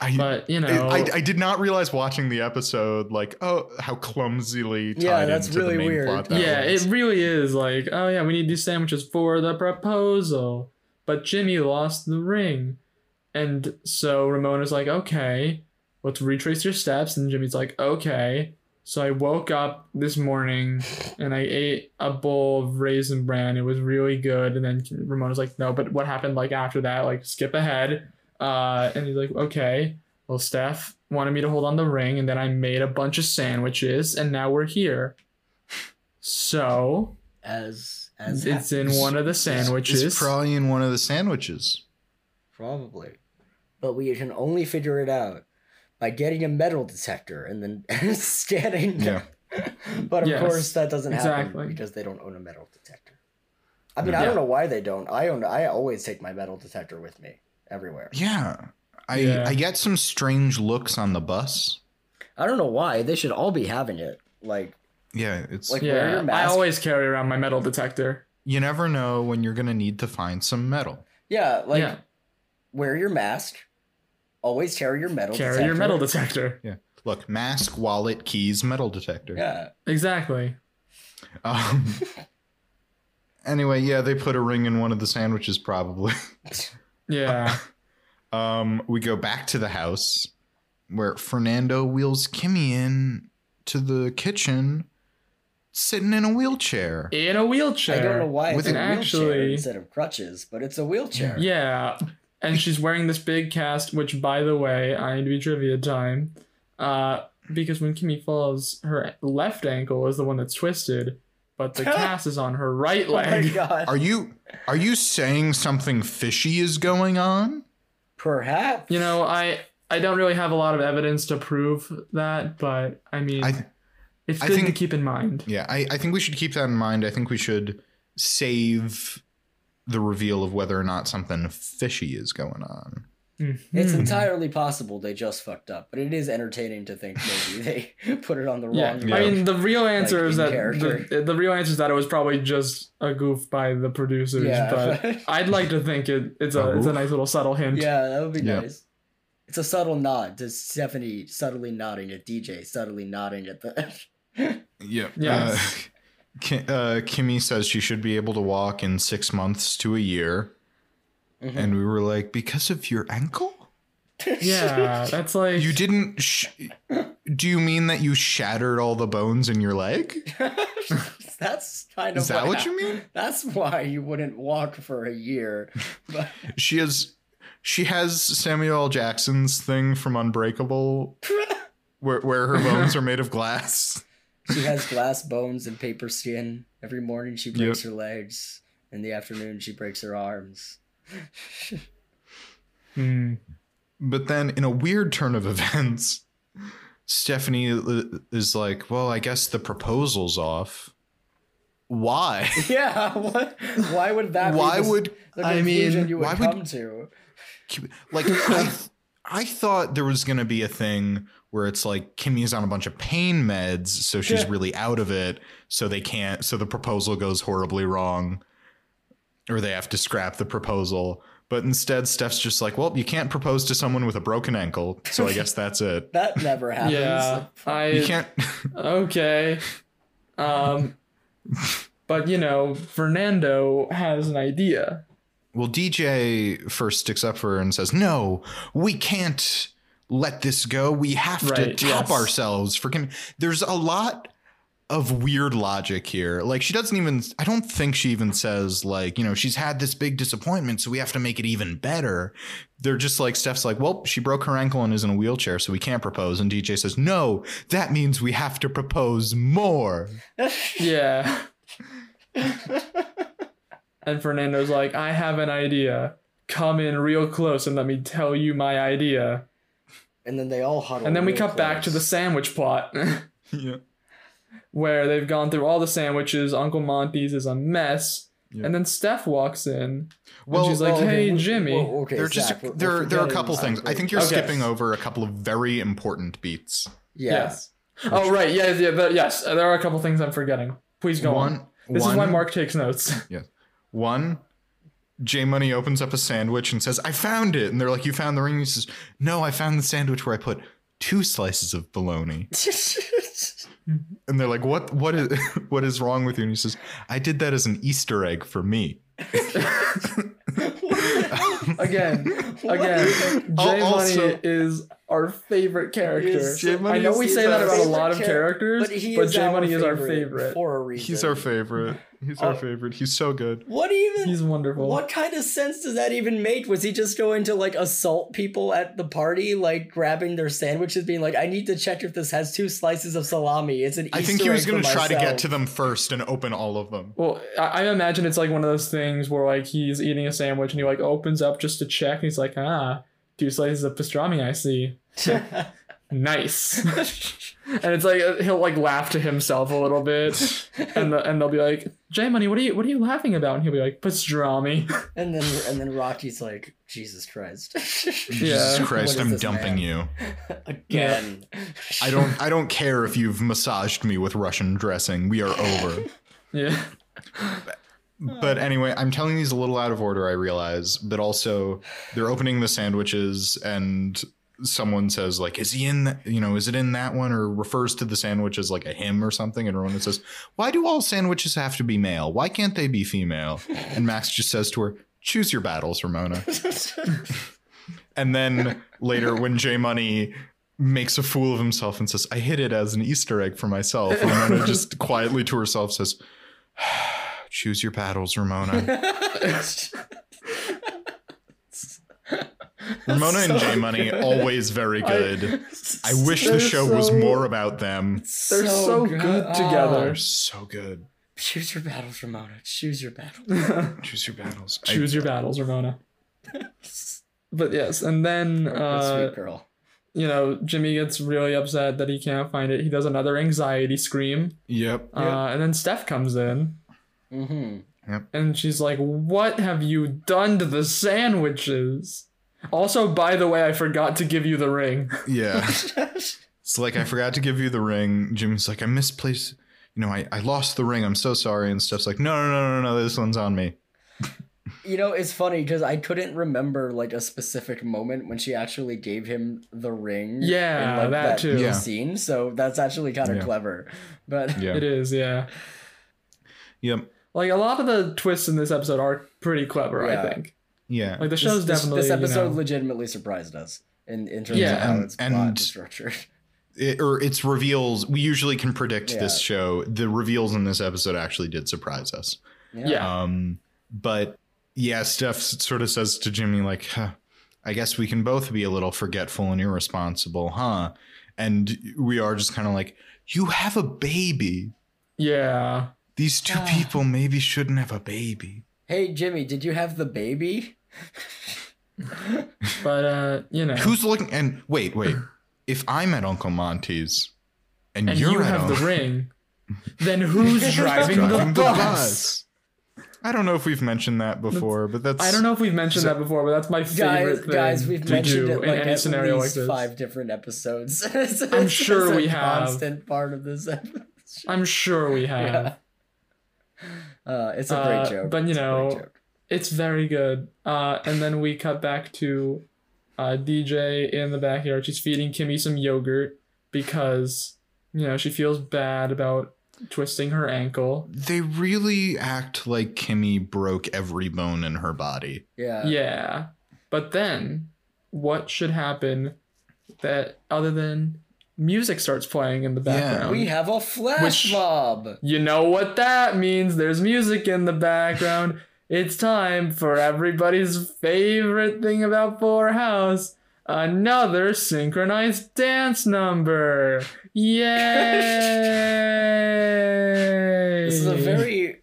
I,
but you know
I, I did not realize watching the episode, like, oh, how clumsily tied
Yeah, that's
into
really
the main
weird.
plot. that
yeah
was.
it really is like oh yeah we need these sandwiches for the proposal but jimmy lost the ring and so ramona's like okay let's retrace your steps and jimmy's like okay so i woke up this morning and i ate a bowl of raisin bran it was really good and then ramona's like no but what happened like after that like skip ahead uh, and he's like okay well steph wanted me to hold on the ring and then i made a bunch of sandwiches and now we're here so
as as
it's in one of the sandwiches.
It's probably in one of the sandwiches.
Probably. But we can only figure it out by getting a metal detector and then scanning.
Yeah.
but of
Yes,
course, that doesn't
exactly.
happen because they don't own a metal detector. I mean, I
Yeah.
don't know why they don't. I own. I always take my metal detector with me everywhere.
Yeah. I
Yeah.
I get some strange looks on the bus.
I don't know why they should all be having it. Like,
Yeah, it's
Like-
like
Wear your
yeah, I
mask.
always carry around my metal detector.
you never know when you're gonna need to find some metal.
yeah, like
yeah,
wear your mask. Always carry your metal.
carry
detector.
your metal detector.
Look, mask, wallet, keys, metal detector.
Yeah.
Exactly.
Um, anyway, yeah, they put a ring in one of the sandwiches probably.
Yeah.
Um, we go back to the house where Fernando wheels Kimmy in to the kitchen sitting in a wheelchair.
in a wheelchair.
I don't know why
With
it's a
an
wheelchair
actually-
instead of crutches, but it's a wheelchair.
Yeah. And she's wearing this big cast, which, by the way, I need to be trivia time. Uh, because when Kimmy falls, her left ankle is the one that's twisted, but the cast is on her right
Oh my
leg.
god.
Are you are you saying something fishy is going on?
Perhaps.
you know, I I don't really have a lot of evidence to prove that, but I mean,
I
it's
I
good to
think-
keep in mind.
yeah, I, I think we should keep that in mind. I think we should save the reveal of whether or not something fishy is going on.
It's
Mhm.
entirely possible they just fucked up, but it is entertaining to think maybe they put it on the
Yeah.
wrong.
Yeah.
I mean, the real answer
Like,
is
in
that
character.
the, the real answer is that it was probably just a goof by the producers, but
yeah.
I'd like to think it, it's a,
A
it's a
goof?
nice little subtle hint.
yeah, that would be
Yeah.
nice. It's a subtle nod to Stephanie subtly nodding at DJ, subtly nodding at the.
Yep.
Yes.
Uh, Ki- uh, Kimmy says she should be able to walk in six months to a year,
Mm-hmm.
and we were like, because of your ankle?
Yeah, that's like
You didn't. Sh- do you mean that you shattered all the bones in your leg?
That's kind of
Is that
why-
what you mean?
That's why you wouldn't walk for a year. But
She has, she has Samuel L. Jackson's thing from Unbreakable, where where her bones are made of glass.
she has glass bones and paper skin. Every morning she breaks her legs. In the afternoon she breaks her arms.
Hmm.
But then, in a weird turn of events, Stephanie i- is like, "Well, I guess the proposal's off." Why?
Yeah, what? Why would that?
Why
be the,
would
the
I mean,
conclusion you would
why would-
come to?
like I, th- I thought there was gonna be a thing where it's like Kimmy's on a bunch of pain meds, so she's
Yeah.
really out of it, so they can't so the proposal goes horribly wrong. Or they have to scrap the proposal. But instead Steph's just like, Well, you can't propose to someone with a broken ankle, so I guess that's it.
That never happens.
yeah, I
You can't
okay. Um, but you know, Fernando has an idea.
Well, DJ first sticks up for her and says, "No, we can't let this go. We have to
Right,
top
yes.
ourselves for Kim." There's a lot of weird logic here. Like she doesn't even I don't think she even says like, you know, she's had this big disappointment, so we have to make it even better. They're just like Steph's like, "Well, she broke her ankle and is in a wheelchair, so we can't propose." And DJ says, "No, that means we have to propose more."
Yeah. and Fernando's like, I have an idea. Come in real close and let me tell you my idea.
and then they all huddle.
And then we
real
cut back
close.
to the sandwich plot.
yeah.
where they've gone through all the sandwiches. Uncle Monty's is a mess.
Yeah.
And then Steph walks in.
Well,
she's like,
okay,
"Hey,
we-
Jimmy."
well, okay,
there are just
Zach, we're-
there
we're
there are a
forgetting
couple things. I
something.
think you're
Okay.
skipping over a couple of very important beats.
Yeah.
Yes. Oh, right. Yeah, yeah, there- yes. There are a couple things I'm forgetting. Please go on.
One,
This
one,
is why Mark takes notes.
One, J Money opens up a sandwich and says, "I found it," and they're like, "You found the ring?" He says, "No, I found the sandwich where I put two slices of bologna." And they're like, "What? What is? What is wrong with you?" And he says, "I did that as an Easter egg for me."
Again, again,
Al-
J Money
also-
is our favorite character.
is- J
I
Money
know
is
we
the
say that about a
best.
lot of characters,
but
but,
he is
J
our
Money is our
favorite
favorite.
for a reason.
He's our favorite. He's our
Oh.
favorite. He's so good.
What even?
He's wonderful.
What kind of sense does that even make? Was he just going to like assault people at the party, like grabbing their sandwiches, being like, "I need to check if this has two slices of salami." It's an. Easter
I think he was
going to
try to get to them first and open all of them.
Well, I, I imagine it's like one of those things where like he's eating a sandwich and he like opens up just to check and he's like, ah, two slices of pastrami, I see. Nice. and it's like uh, he'll like laugh to himself a little bit, and the, and they'll be like, J Money, what are you what are you laughing about? And he'll be like, pastrami.
and then and then Rocky's like, "Jesus Christ."
Jesus
Yeah.
Christ,
What is
I'm
this
dumping
man?
you.
Again.
I don't I don't care if you've massaged me with Russian dressing. We are over.
yeah.
but anyway, I'm telling these a little out of order, I realize, but also they're opening the sandwiches and someone says like is he in th- you know is it in that one or refers to the sandwich as like a him or something and Ronan says why do all sandwiches have to be male why can't they be female and max just says to her choose your battles ramona and then later when J Money makes a fool of himself and says, I hid it as an Easter egg for myself. Ramona just quietly to herself says, Choose your battles, Ramona. Ramona and J Money, always very good. I, wish
They're
the show was
so-
more about them.
They're so, good, together.
They're so good.
Oh, Choose your battles, Ramona. Choose your battle.
Choose your battles. I-
Choose your battles, Ramona. But yes, and then uh,
Oh, Sweet girl.
you know Jimmy gets really upset that he can't find it. He does another anxiety scream,
yep.
uh, and then Steph comes in
Mm-hmm.
and she's like, "What have you done to the sandwiches?" Also, by the way, I forgot to give you the ring.
yeah. It's like I forgot to give you the ring. Jimmy's like, I misplaced. You know, I, I lost the ring. I'm so sorry. And Steph's like, no, no, no, no, no. This one's on me.
you know, it's funny because I couldn't remember like a specific moment when she actually gave him the ring.
Yeah, that too.
little
Yeah.
Scene, so that's actually kind of
Yeah.
clever. But
It is, yeah.
Yep.
Like a lot of the twists in this episode are pretty clever. I
Yeah.
think.
Yeah.
Like the
this-
show's
this,
definitely
this episode
You know,
legitimately surprised us in in terms
Yeah,
of how
and-
it's
and-
plot is structured.
It, or it's reveals. We usually can predict
Yeah.
this show. The reveals in this episode actually did surprise us.
Yeah.
Um, but yeah, Steph s- sort of says to Jimmy, like, huh, I guess we can both be a little forgetful and irresponsible, huh? And we are just kind of like, you have a baby.
yeah.
These two
Ah.
people maybe shouldn't have a baby.
Hey Jimmy, did you have the baby?
But uh, you know,
Who's looking? And wait, wait. If I'm at Uncle Monty's, and,
and
you're
you
at
have
Uncle-
the ring, then who's driving, the,
driving
bus?
I don't know if we've mentioned that before, but that's
I don't know if we've mentioned that before, but that's my favorite
guys,
thing
guys, we've
to
mentioned
do
it
in
like
any
at
scenario like
least
this.
five different episodes. It's-
I'm
it's
sure
just a
we have.
constant part of this episode.
I'm sure we have.
Yeah. Uh, it's a great
Um, Uh,
joke.
but, you
It's a great
know,
joke.
It's very good. Uh, and then we cut back to uh, DJ in the backyard. She's feeding Kimmy some yogurt because you know she feels bad about twisting her ankle.
They really act like Kimmy broke every bone in her body.
yeah,
yeah, but then what should happen? That other than music starts playing in the
Yeah.
background.
we have a flash
um, Which-
mob.
You know what that means. There's music in the background. It's time for everybody's favorite thing about Fuller House another synchronized dance number. Yay!
This is a very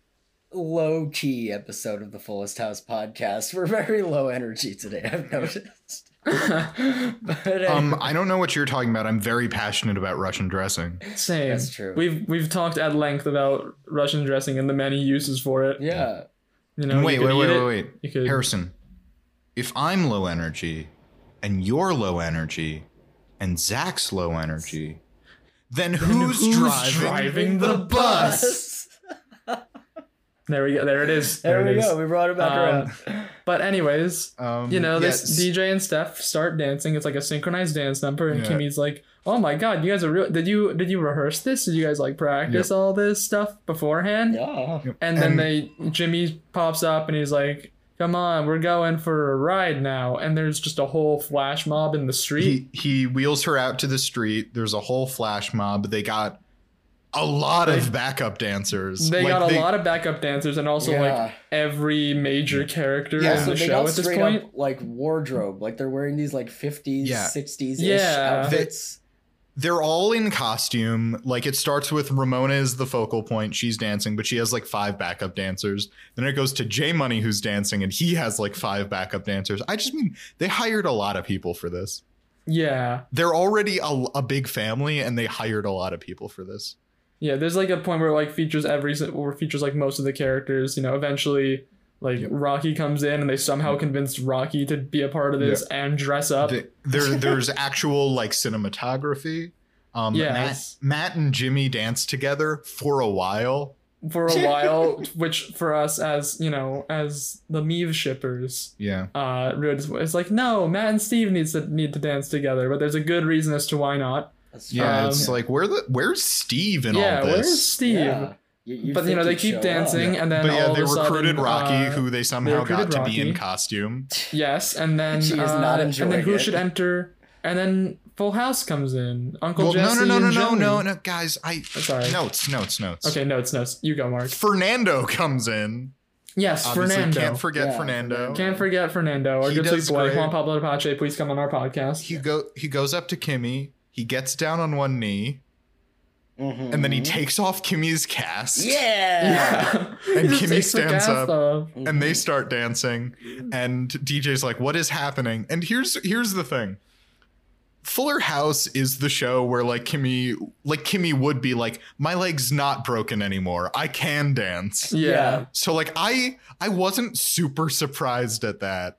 low key episode of the Fullest House podcast. We're very low energy today. I've noticed. but
Um, I don't know what you're talking about. I'm very passionate about Russian dressing.
Same.
That's true.
We've we've talked at length about Russian dressing and the many uses for it.
yeah,
You know,
wait,
you could
wait,
eat
wait,
it,
wait, wait.
You could
Harrison, if I'm low energy and you're low energy and Zach's low energy, then who's,
who's
driving,
driving the
the bus?
There we go. There it is.
There
it
we
is.
go. We brought it back
Um,
around.
But anyways,
Um,
you know,
yes.
this DJ and Steph start dancing. It's like a synchronized dance number, and
Yeah.
Kimmy's like, "Oh my god, you guys are real. Did you did you rehearse this? Did you guys like practice all this stuff beforehand?"
Yeah.
And then
And-
they Jimmy pops up and he's like, "Come on, we're going for a ride now." And there's just a whole flash mob in the street.
he he wheels her out to the street. There's a whole flash mob. They got a lot of backup dancers.
they
Like,
got a lot of backup dancers and also
Yeah.
like every major character
Yeah.
in
So
the
they
show
got
at this
straight
point.
up like wardrobe, like they're wearing these like fifties,
Yeah.
sixties,
Yeah.
yeah, outfits.
They're all in costume. Like it starts with Ramona is the focal point. She's dancing, but she has like five backup dancers. Then it goes to J Money who's dancing, and he has like five backup dancers. I just mean they hired a lot of people for this.
Yeah.
They're already a, a big family, and they hired a lot of people for this.
Yeah, there's like a point where it, like features every si- or features like most of the characters. You know, eventually, like
Yep.
Rocky comes in and they somehow convince Rocky to be a part of this and dress up.
Th- there, there's actual like cinematography. Um,
Yes.
Matt, Matt and Jimmy dance together for a while.
for a while, which for us as you know as the Meve shippers,
Yeah.
uh, really just- it's like no, Matt and Steve needs to need to dance together, but there's a good reason as to why not.
That's
Yeah.
Um,
it's like where the where's Steve in
yeah,
all this?
where's Steve?
Yeah. You- you
But you
think
know they
he'd show
keep
up.
dancing, and then
but yeah,
all
they
of a sudden,
recruited Rocky,
uh,
who they somehow got
recruited
to be in
Rocky.
costume.
Yes, and then
She is
uh,
not
And
enjoying
then who
it.
should enter? And then Full House comes in. Uncle
Well, no,
Jesse.
no, no, no,
and
no,
Joey.
no, no, guys. I
I'm sorry.
notes, notes, notes.
Okay, no, it's no. it's- You go, Mark.
Fernando comes in.
Yes,
Obviously,
Fernando.
can't forget
Yeah,
Fernando.
Fernando.
Can't forget Fernando, our
He
good sweet
does
boy
great.
Juan Pablo Apache. Please come on our podcast.
He go. He goes up to Kimmy. He gets down on one knee, and then he
Mm-hmm.
Mhm.
takes off Kimmy's cast.
Yeah. Mm-hmm.
And
He just
Kimmy
takes the
stands
cast
up.
off.
and they start dancing and DJ's like what is happening and here's here's the thing Fuller House is the show where like Kimmy like Kimmy would be like my leg's not broken anymore I can dance
Yeah.
so like I I wasn't super surprised at that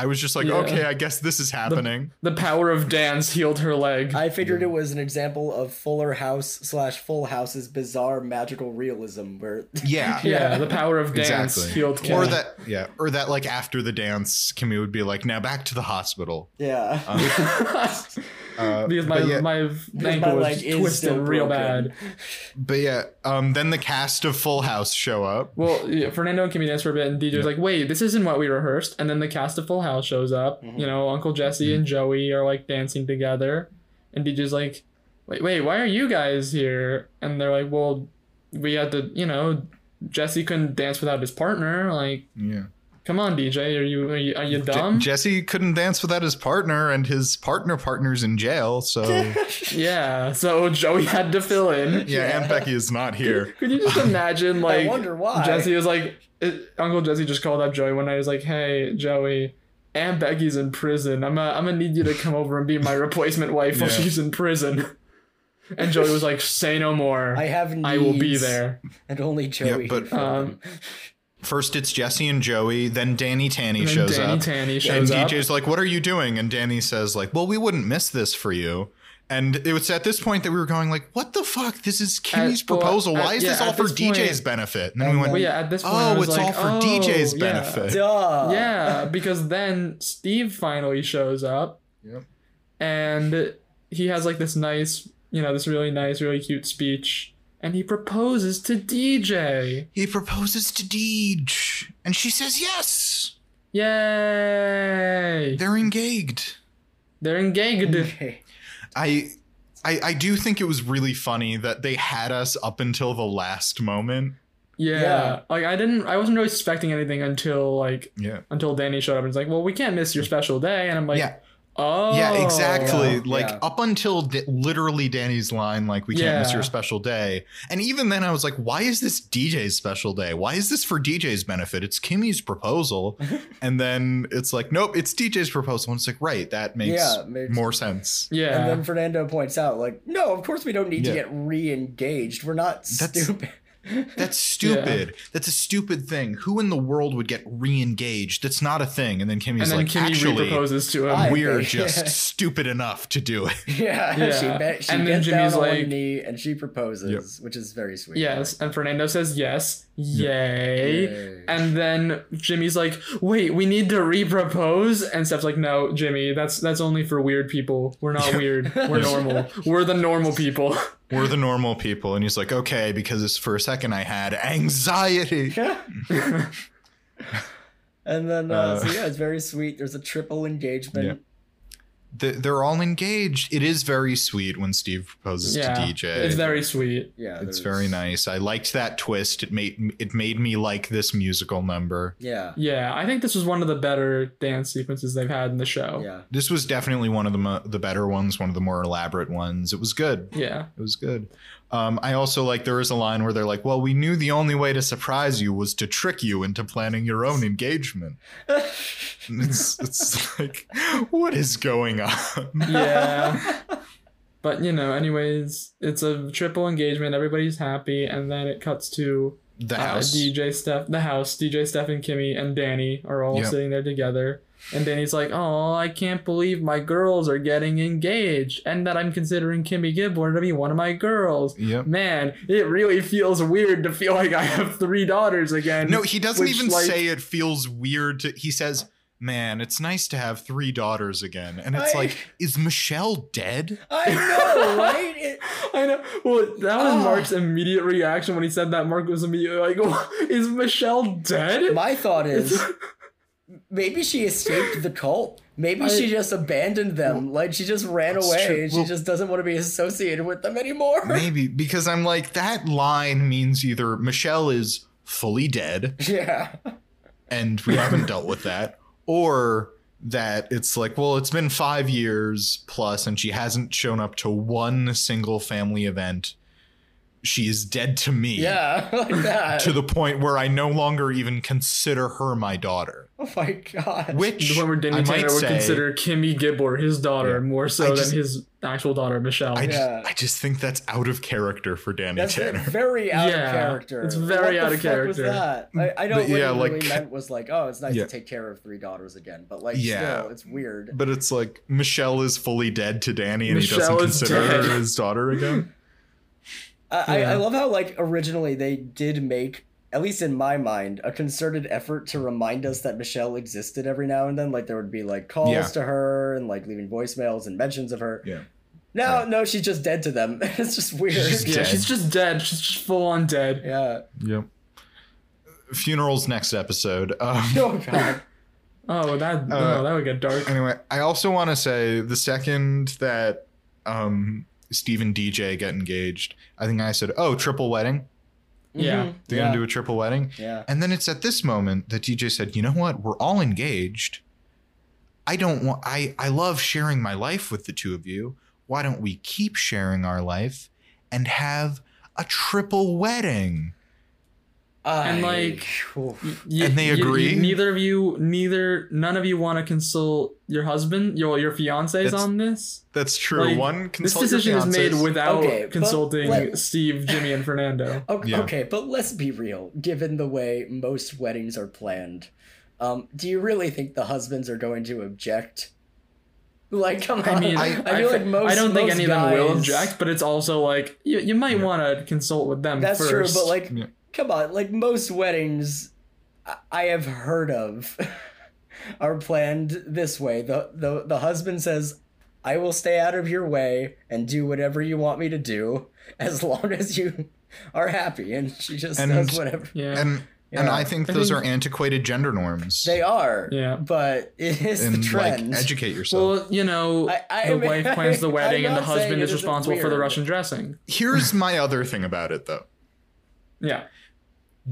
I was just like
Yeah.
okay I guess this is happening
The power of dance healed her leg.
I figured it was an example of Fuller House slash Full House's bizarre magical realism, where
yeah
yeah, the power of dance
Exactly.
healed Kimmy.
or that yeah or that like after the dance Kimmy would be like now back to the hospital
yeah,
uh,
because my
but yeah-
my ankle
my
was
leg
just
is
twisted
still
real
broken.
bad.
But yeah, um, then the cast of Full House show up.
Well, yeah, Fernando and Kimmy dance for a bit, and DJ's
Yeah.
like, "Wait, this isn't what we rehearsed." And then the cast of Full House shows up.
Mhm.
You know, Uncle Jesse and Joey are like dancing together, and DJ's like, "Wait, wait, why are you guys here?" And they're like, "Well, we had to, you know, Jesse couldn't dance without his partner. Like,
Yeah,
come on, DJ, are you are you, are you dumb?"
Jesse couldn't dance without his partner, and his partner partner's in jail. So yeah,
yeah. So Joey had to fill in.
Aunt Becky is not here.
Could you just imagine, like,
I wonder why.
Jesse was like, it, Uncle Jesse just called up Joey one night. He was like, "Hey, Joey, Aunt Becky's in prison. I'm i I'm gonna need you to come over and be my replacement wife while
Yeah.
she's in prison." And Joey was like, "Say no more.
I
I,
have needs,
will be there."
and only Joey.
but-
can fill them.
Um,
First, it's Jesse and Joey. Then Danny Tanny
And then
shows
Danny
up,
Tanny
and
shows up.
DJ's like, "What are you doing?" And Danny says, "Like, well, we wouldn't miss this for you." And it was at this point that we were going like, "What the fuck? This is Kimmy's
well,
proposal.
at-
Why is
yeah,
this
at
all for
this point-
DJ's benefit?" And then we
And
went,
Well, yeah. At this point, I
"Oh,
was
it's
like,
all for
"Oh,
DJ's
yeah."
benefit." Uh.
duh.
yeah, because then Steve finally shows up.
Yep.
And he has like this nice, you know, this really nice, really cute speech. And he proposes to DJ.
He proposes to Deej, and she says yes.
Yay! They're,
They're engaged.
engaged.
Okay.
I, I, I do think it was really funny that they had us up until the last moment.
Yeah.
Yeah.
Like I didn't I wasn't really expecting anything until like
Yeah.
until Danny showed up and was like, "Well, we can't miss your special day." And I'm like,
yeah.
"Oh."
yeah. Exactly.
Yeah,
like
yeah.
up until d- literally Danny's line, like we can't miss
Yeah.
your special day. And even then, I was like, why is this DJ's special day? Why is this for DJ's benefit? It's Kimmy's proposal. and then it's like, nope, it's DJ's proposal. And it's like, right, that makes
Yeah, makes-
more sense.
Yeah.
And then Fernando points out, like, no, of course we don't need
Yeah.
to get re-engaged. We're not
That's-
stupid.
That's stupid. That's a stupid thing. Who in the world would get re-engaged? That's not a thing. And then Kimmy's
And then
like,
Kimmy
actually,
reproposes to him.
I-
we're
think.
just stupid enough to do it.
yeah, she,
Yeah.
bet, she
And then
gets
Jimmy's
down on
like-
one knee and she proposes, which is very sweet.
Yes, and Fernando says yes. Yay.
Yay.
And then Jimmy's like, "Wait, we need to repropose." And Steph's like, "No, Jimmy, that's that's only for weird people. We're not weird. We're normal. We're the normal people."
We're the normal people. And he's like, okay, because it's for a second I had anxiety.
and then, uh,
Uh,
so yeah, it's very sweet. There's a triple engagement.
Th- They're all engaged. It is very sweet when Steve proposes to
yeah,
DJ.
it's very sweet.
Yeah,
It's
there's-
very nice. I liked that twist. It made it made me like this musical number.
Yeah,
Yeah, I think this was one of the better dance sequences they've had in the show.
yeah.
This was definitely one of the mo- the better ones, one of the more elaborate ones. It was good.
Yeah.
It was good. Um, I also like there is a line where they're like, "Well, we knew the only way to surprise you was to trick you into planning your own engagement." And it's it's like, what is going on?
Yeah. but you know, anyways, it's a triple engagement. Everybody's happy, and then it cuts to
The
uh,
house.
DJ Steph, the house, DJ Steph and Kimmy and Danny are all
Yeah.
sitting there together. And Danny's like, "Oh, I can't believe my girls are getting engaged, and that I'm considering Kimmy Gibbler to be one of my girls.
Yep.
Man, it really feels weird to feel like I have three daughters again."
No, he doesn't
Which,
even
like-
say it feels weird. To, he says, "Man, it's nice to have three daughters again." And it's
I-
like, is Michelle dead?
I know, right? It,
I know. Well, that was
Ah.
Mark's immediate reaction when he said that. Mark was immediately like, "Is Michelle dead?"
my thought is, Maybe she escaped the cult. Maybe
I-
she just abandoned them. like she just ran
That's
away
true.
and she
Well-
just doesn't want to be associated with them anymore.
Maybe because I'm like that line means either Michelle is fully dead
yeah.
and we haven't dealt with that, or that it's like, well, it's been five years plus and she hasn't shown up to one single family event. She is dead to me.
Yeah. Like that.
To the point where I no longer even consider her my daughter.
oh my god.
Which
The one where
I
Danny
might
Tanner would
say-
consider Kimmy Gibbler his daughter
Yeah.
more
I
so
just-
than his actual daughter Michelle.
I just,
Yeah.
I just think that's out of character for Danny
That's
Tanner.
very out of
Yeah,
character.
it's very
What
out
the
of
fuck Was
character.
that? I, I know
But
what
yeah,
yeah,
like-
really meant was like, oh, it's nice
Yeah.
to take care of three daughters again, but like,
Yeah.
still, it's weird.
But it's like Michelle is fully dead to Danny, and he doesn't
Michelle is
consider her
dead.
his daughter again.
I, I, I
Yeah.
love how like originally they did make at least in my mind a concerted effort to remind us that michelle existed every now and then like there would be like calls
Yeah.
to her and like leaving voicemails and mentions of her
Yeah.
no no she's just dead to them it's just weird
She's
yeah,
dead.
she's just dead. She's just full on dead.
yeah
Yep. Funerals next episode. Um,
oh god
Oh, that
Uh,
oh, that would get dark.
anyway, I also want to say the second that um, Steve and DJ get engaged, I think I said, "Oh, triple wedding.
Yeah.
Mhm.
They're
yeah.
gonna do a triple wedding."
yeah
And then it's at this moment that DJ said, "You know what? We're all engaged. I don't want. I I love sharing my life with the two of you. Why don't we keep sharing our life and have a triple wedding?"
And,
I-
like-
Oof.
Y-
And they
y-
agree?
neither of you, neither, none of you want to consult your husband, your your fiance's
That's-
on this.
That's true.
Like,
One
This
consult your
decision is made
fiancés.
without
Okay, but
consulting
let-
Steve, Jimmy, and Fernando.
O- Okay,
Yeah.
but let's be real. Given the way most weddings are planned, um, do you really think the husbands are going to object? Like, come on.
I mean,
I-
I,
feel like most.
I don't think
most
any of them will
guys-
object, but it's also like you, you might
Yeah.
want to consult with them
That's
first.
true, but like,
Yeah.
come on. Like most weddings, I, I have heard of, are planned this way. the the The husband says. I will stay out of your way and do whatever you want me to do as long as you are happy. And she just
And-
does whatever.
yeah,
and and
Yeah.
I think
I
those
think-
are antiquated gender norms.
They are.
Yeah.
But it is
and
the trend.
like educate yourself.
well, you know,
I- I
the
mean,
wife plans the
I'm
wedding, and the
not saying
husband
it
is
isn't
responsible for the
weird.
Russian dressing.
Here's my other thing about it though.
Yeah,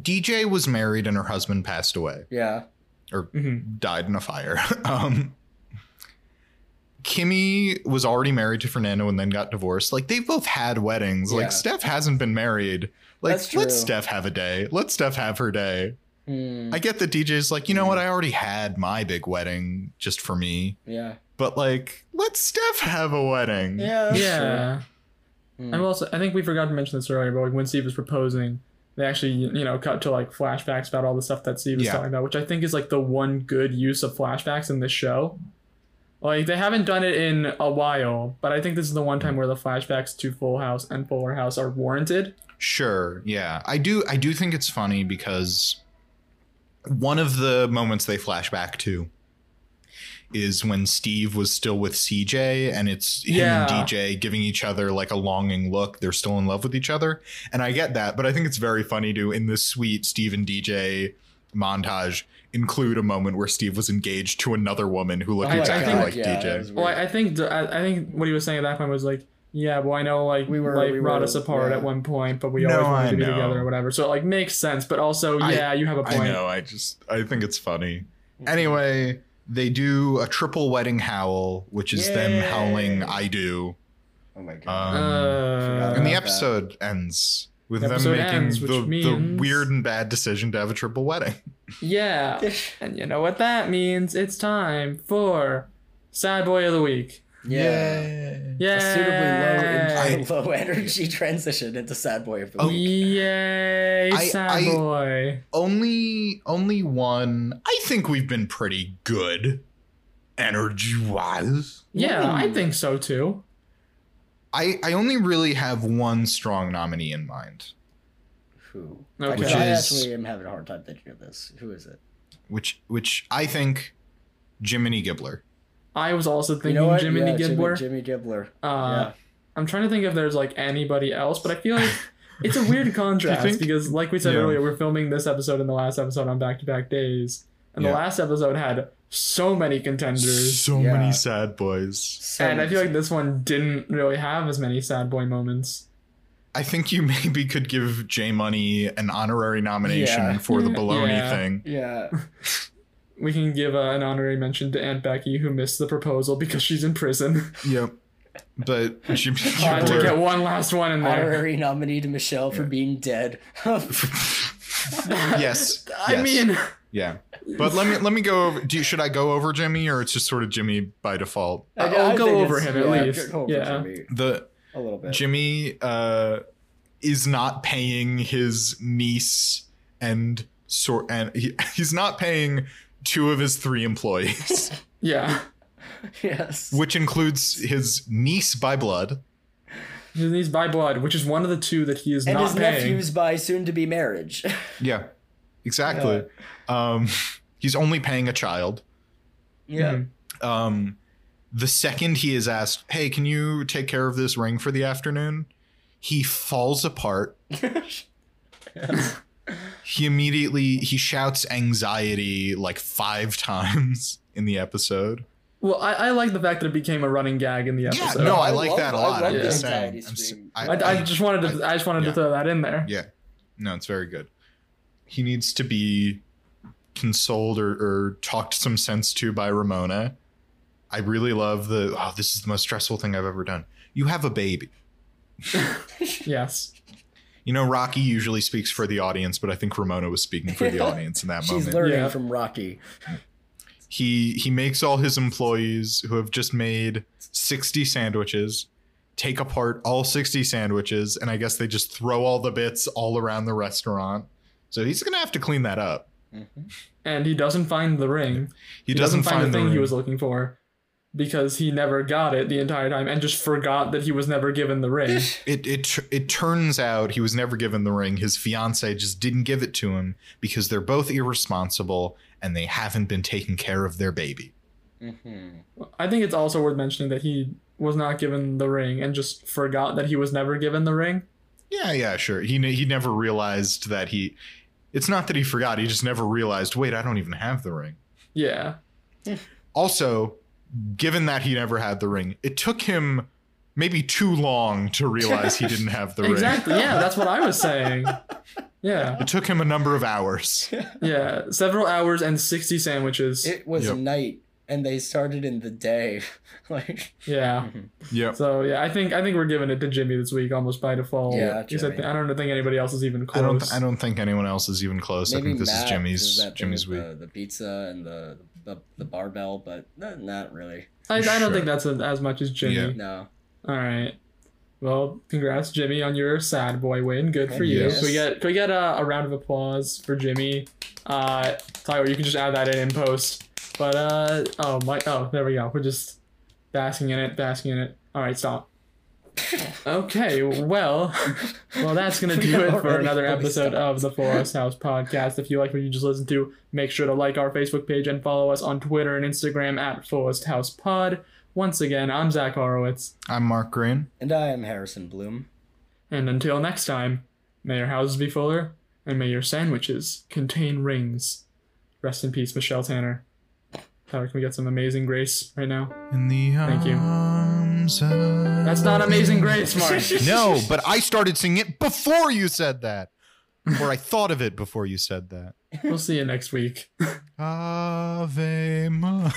DJ was married and her husband passed away.
yeah.
hmm
died in a fire. um, Kimmy was already married to Fernando and then got divorced. Like they've both had weddings.
Yeah.
Like Steph hasn't been married. Like
That's
let
true.
Steph have a day. Let Steph have her day.
Hmm,
I get that DJ's like, you know what? I already had my big wedding just for me.
yeah.
But like, let Steph have a wedding.
Yeah. that's
yeah.
Mm-hmm.
true. Hmm.
I'm also. I think we forgot to mention this earlier, but like when Steve was proposing, they actually you know cut to like flashbacks about all the stuff that Steve was
Yeah.
talking about, which I think is like the one good use of flashbacks in this show. Like they haven't done it in a while, but I think this is the one
Mm-hmm.
time where the flashbacks to Full House and Fuller House are warranted.
Sure. Yeah. I do I do think it's funny because one of the moments they flash back to is when Steve was still with CJ and it's him
Yeah.
and DJ giving each other like a longing look. They're still in love with each other. And I get that, but I think it's very funny to in this sweet Steve and DJ montage include a moment where Steve was engaged to another woman who looked
Oh, I- I
exactly
think-
like
yeah, that was
DJ.
weird.
Well, I, I think I, I think what he was saying at that point was like, yeah, well, I know like
We
we
were-
were, life
we
brought
were-
us apart
yeah.
at one point, but we
No,
always wanted
I
to be
know.
together or whatever. So it like makes sense, but also
I-
yeah, you have a point. Mm-hmm.
I know. I just I think it's funny. Anyway, they do a triple wedding howl, which is them
Yay.
howling "I do."
Oh my god.
Um,
Uh,
And the
about that.
episode ends with
The
them
episode
making
ends,
the,
which
the
means-
weird and bad decision to have a triple wedding.
yeah. And you know what that means? It's time for Sad Boy of the Week.
yeah.
Yeah.
A suitably low,
I-
low energy transition into sad boy of the
Oh.
week.
Yay,
I-
Sad
I-
Boy.
Only only one. I think we've been pretty good energy wise.
Yeah, I
Ooh.
think so too.
I, I only really have one strong nominee in mind,
Who?
Okay.
Because
Which
I
is-
actually am having a hard time thinking of this. Who is it?
which which I think Jiminy Gibbler.
I was also thinking Jiminy
Yeah, Jimmy-
Gibbler.
Jimmy, Gibbler.
uh,
yeah.
I'm trying to think if there's like anybody else, but I feel like it's a weird contrast
think?
because, like we said
Yeah.
earlier, we're filming this episode and the last episode on back to back days. And
Yeah.
the last episode had so many contenders.
So
Yeah.
many sad boys.
So
And I feel like this one didn't really have as many sad boy moments.
I think you maybe could give J Money an honorary nomination
Yeah.
for the baloney
Yeah.
thing.
yeah,
We can give uh, an honorary mention to Aunt Becky, who missed the proposal because she's in prison.
Yep. But Jimmy
I had to
Kimmel-
get one last one in there.
honorary nominee to Michelle for being dead.
yes.
I
yes,
mean,
yeah. But let me let me go over. Do you, should I go over Jimmy or it's just sort of Jimmy by default?
I'll go
think
over
it's-
him at
yeah,
least.
go over
Yeah.
Jimmy
The
a little bit.
Jimmy uh, is not paying his niece and sort and he, he's not paying two of his three employees,
yeah.
yes.
which includes his niece by blood.
His niece by blood, which is one of the two that he is
and
not
his
paying.
nephews by soon-to-be marriage.
Yeah, exactly. Um, he's only paying a child.
yeah.
Mhm.
Um, the second he is asked, "Hey, can you take care of this ring for the afternoon?" He falls apart. He immediately he shouts anxiety like five times in the episode.
Well, I, I like the fact that it became a running gag in the
Yeah,
episode.
no, I,
I
like
love-
that a
I
lot.
love
I'm
the
just saying.
anxiety
I'm s-
scream.
I-
I, I just wanted to. I, just wanted
yeah.
to throw that in there.
Yeah. No, it's very good. He needs to be consoled or, or talked some sense to by Ramona. I really love the, oh, this is the most stressful thing I've ever done. You have a baby.
Yes.
You know, Rocky usually speaks for the audience, but I think Ramona was speaking for the audience in that
She's
moment.
learning
Yeah.
from Rocky.
he he makes all his employees who have just made 60 sandwiches take apart all 60 sandwiches and i guess they just throw all the bits all around the restaurant so he's gonna have to clean that up
And he doesn't find the ring.
he, doesn't, find,
the thing
ring.
he was looking for because he never got it the entire time and just forgot that he was never given the ring.
it it tr- it turns out he was never given the ring his fiance just didn't give it to him because they're both irresponsible and they haven't been taking care of their baby
Mm-hmm.
I think it's also worth mentioning that he was not given the ring and just forgot that he was never given the ring.
yeah yeah sure he ne- he never realized that he it's not that he forgot he just never realized wait i don't even have the ring
Yeah.
also given that he never had the ring it took him maybe too long to realize he didn't have the ring
Exactly. Yeah, that's what I was saying. Yeah.
it took him a number of hours
Yeah. Several hours and 60 sandwiches.
It was
Yep.
night, and they started in the day. like,
yeah.
yep
So yeah, I think I think we're giving it to Jimmy this week almost by default.
Yeah,
Except
Jimmy.
I don't think anybody else is even
i
close.
don't i don't think anyone else is even close i think this
Matt
is
does
jimmy's
that thing
jimmy's
with
week
The, the pizza and the, the the barbell, but not, not really.
I, I
Sure.
don't think that's a, as much as Jimmy.
Yeah.
No.
All right. Well, congrats, Jimmy, on your sad boy win. Good for you.
Yes.
Can we get can we get a, a round of applause for Jimmy? Uh, Tyler, you can just add that in in post. But uh, oh my, oh there we go. We're just basking in it, basking in it. All right, stop. Okay, well, well, that's gonna do it for
Already
another
fully
episode of the Forest House podcast. If you like what you just listened to, make sure to like our Facebook page and follow us on Twitter and Instagram at Forest House Pod. Once again, I'm Zach Horowitz.
i'm mark green
And I am Harrison Bloom.
And until next time, may your houses be fuller, and may your sandwiches contain rings. Rest in peace, Michelle Tanner. Tyler, can we get some Amazing Grace right now?
in the
Thank you.
arms of-
That's not Amazing Grace, Mark.
no but i started singing it before you said that or i thought of it before you said that
we'll see you next week.
ave Maria.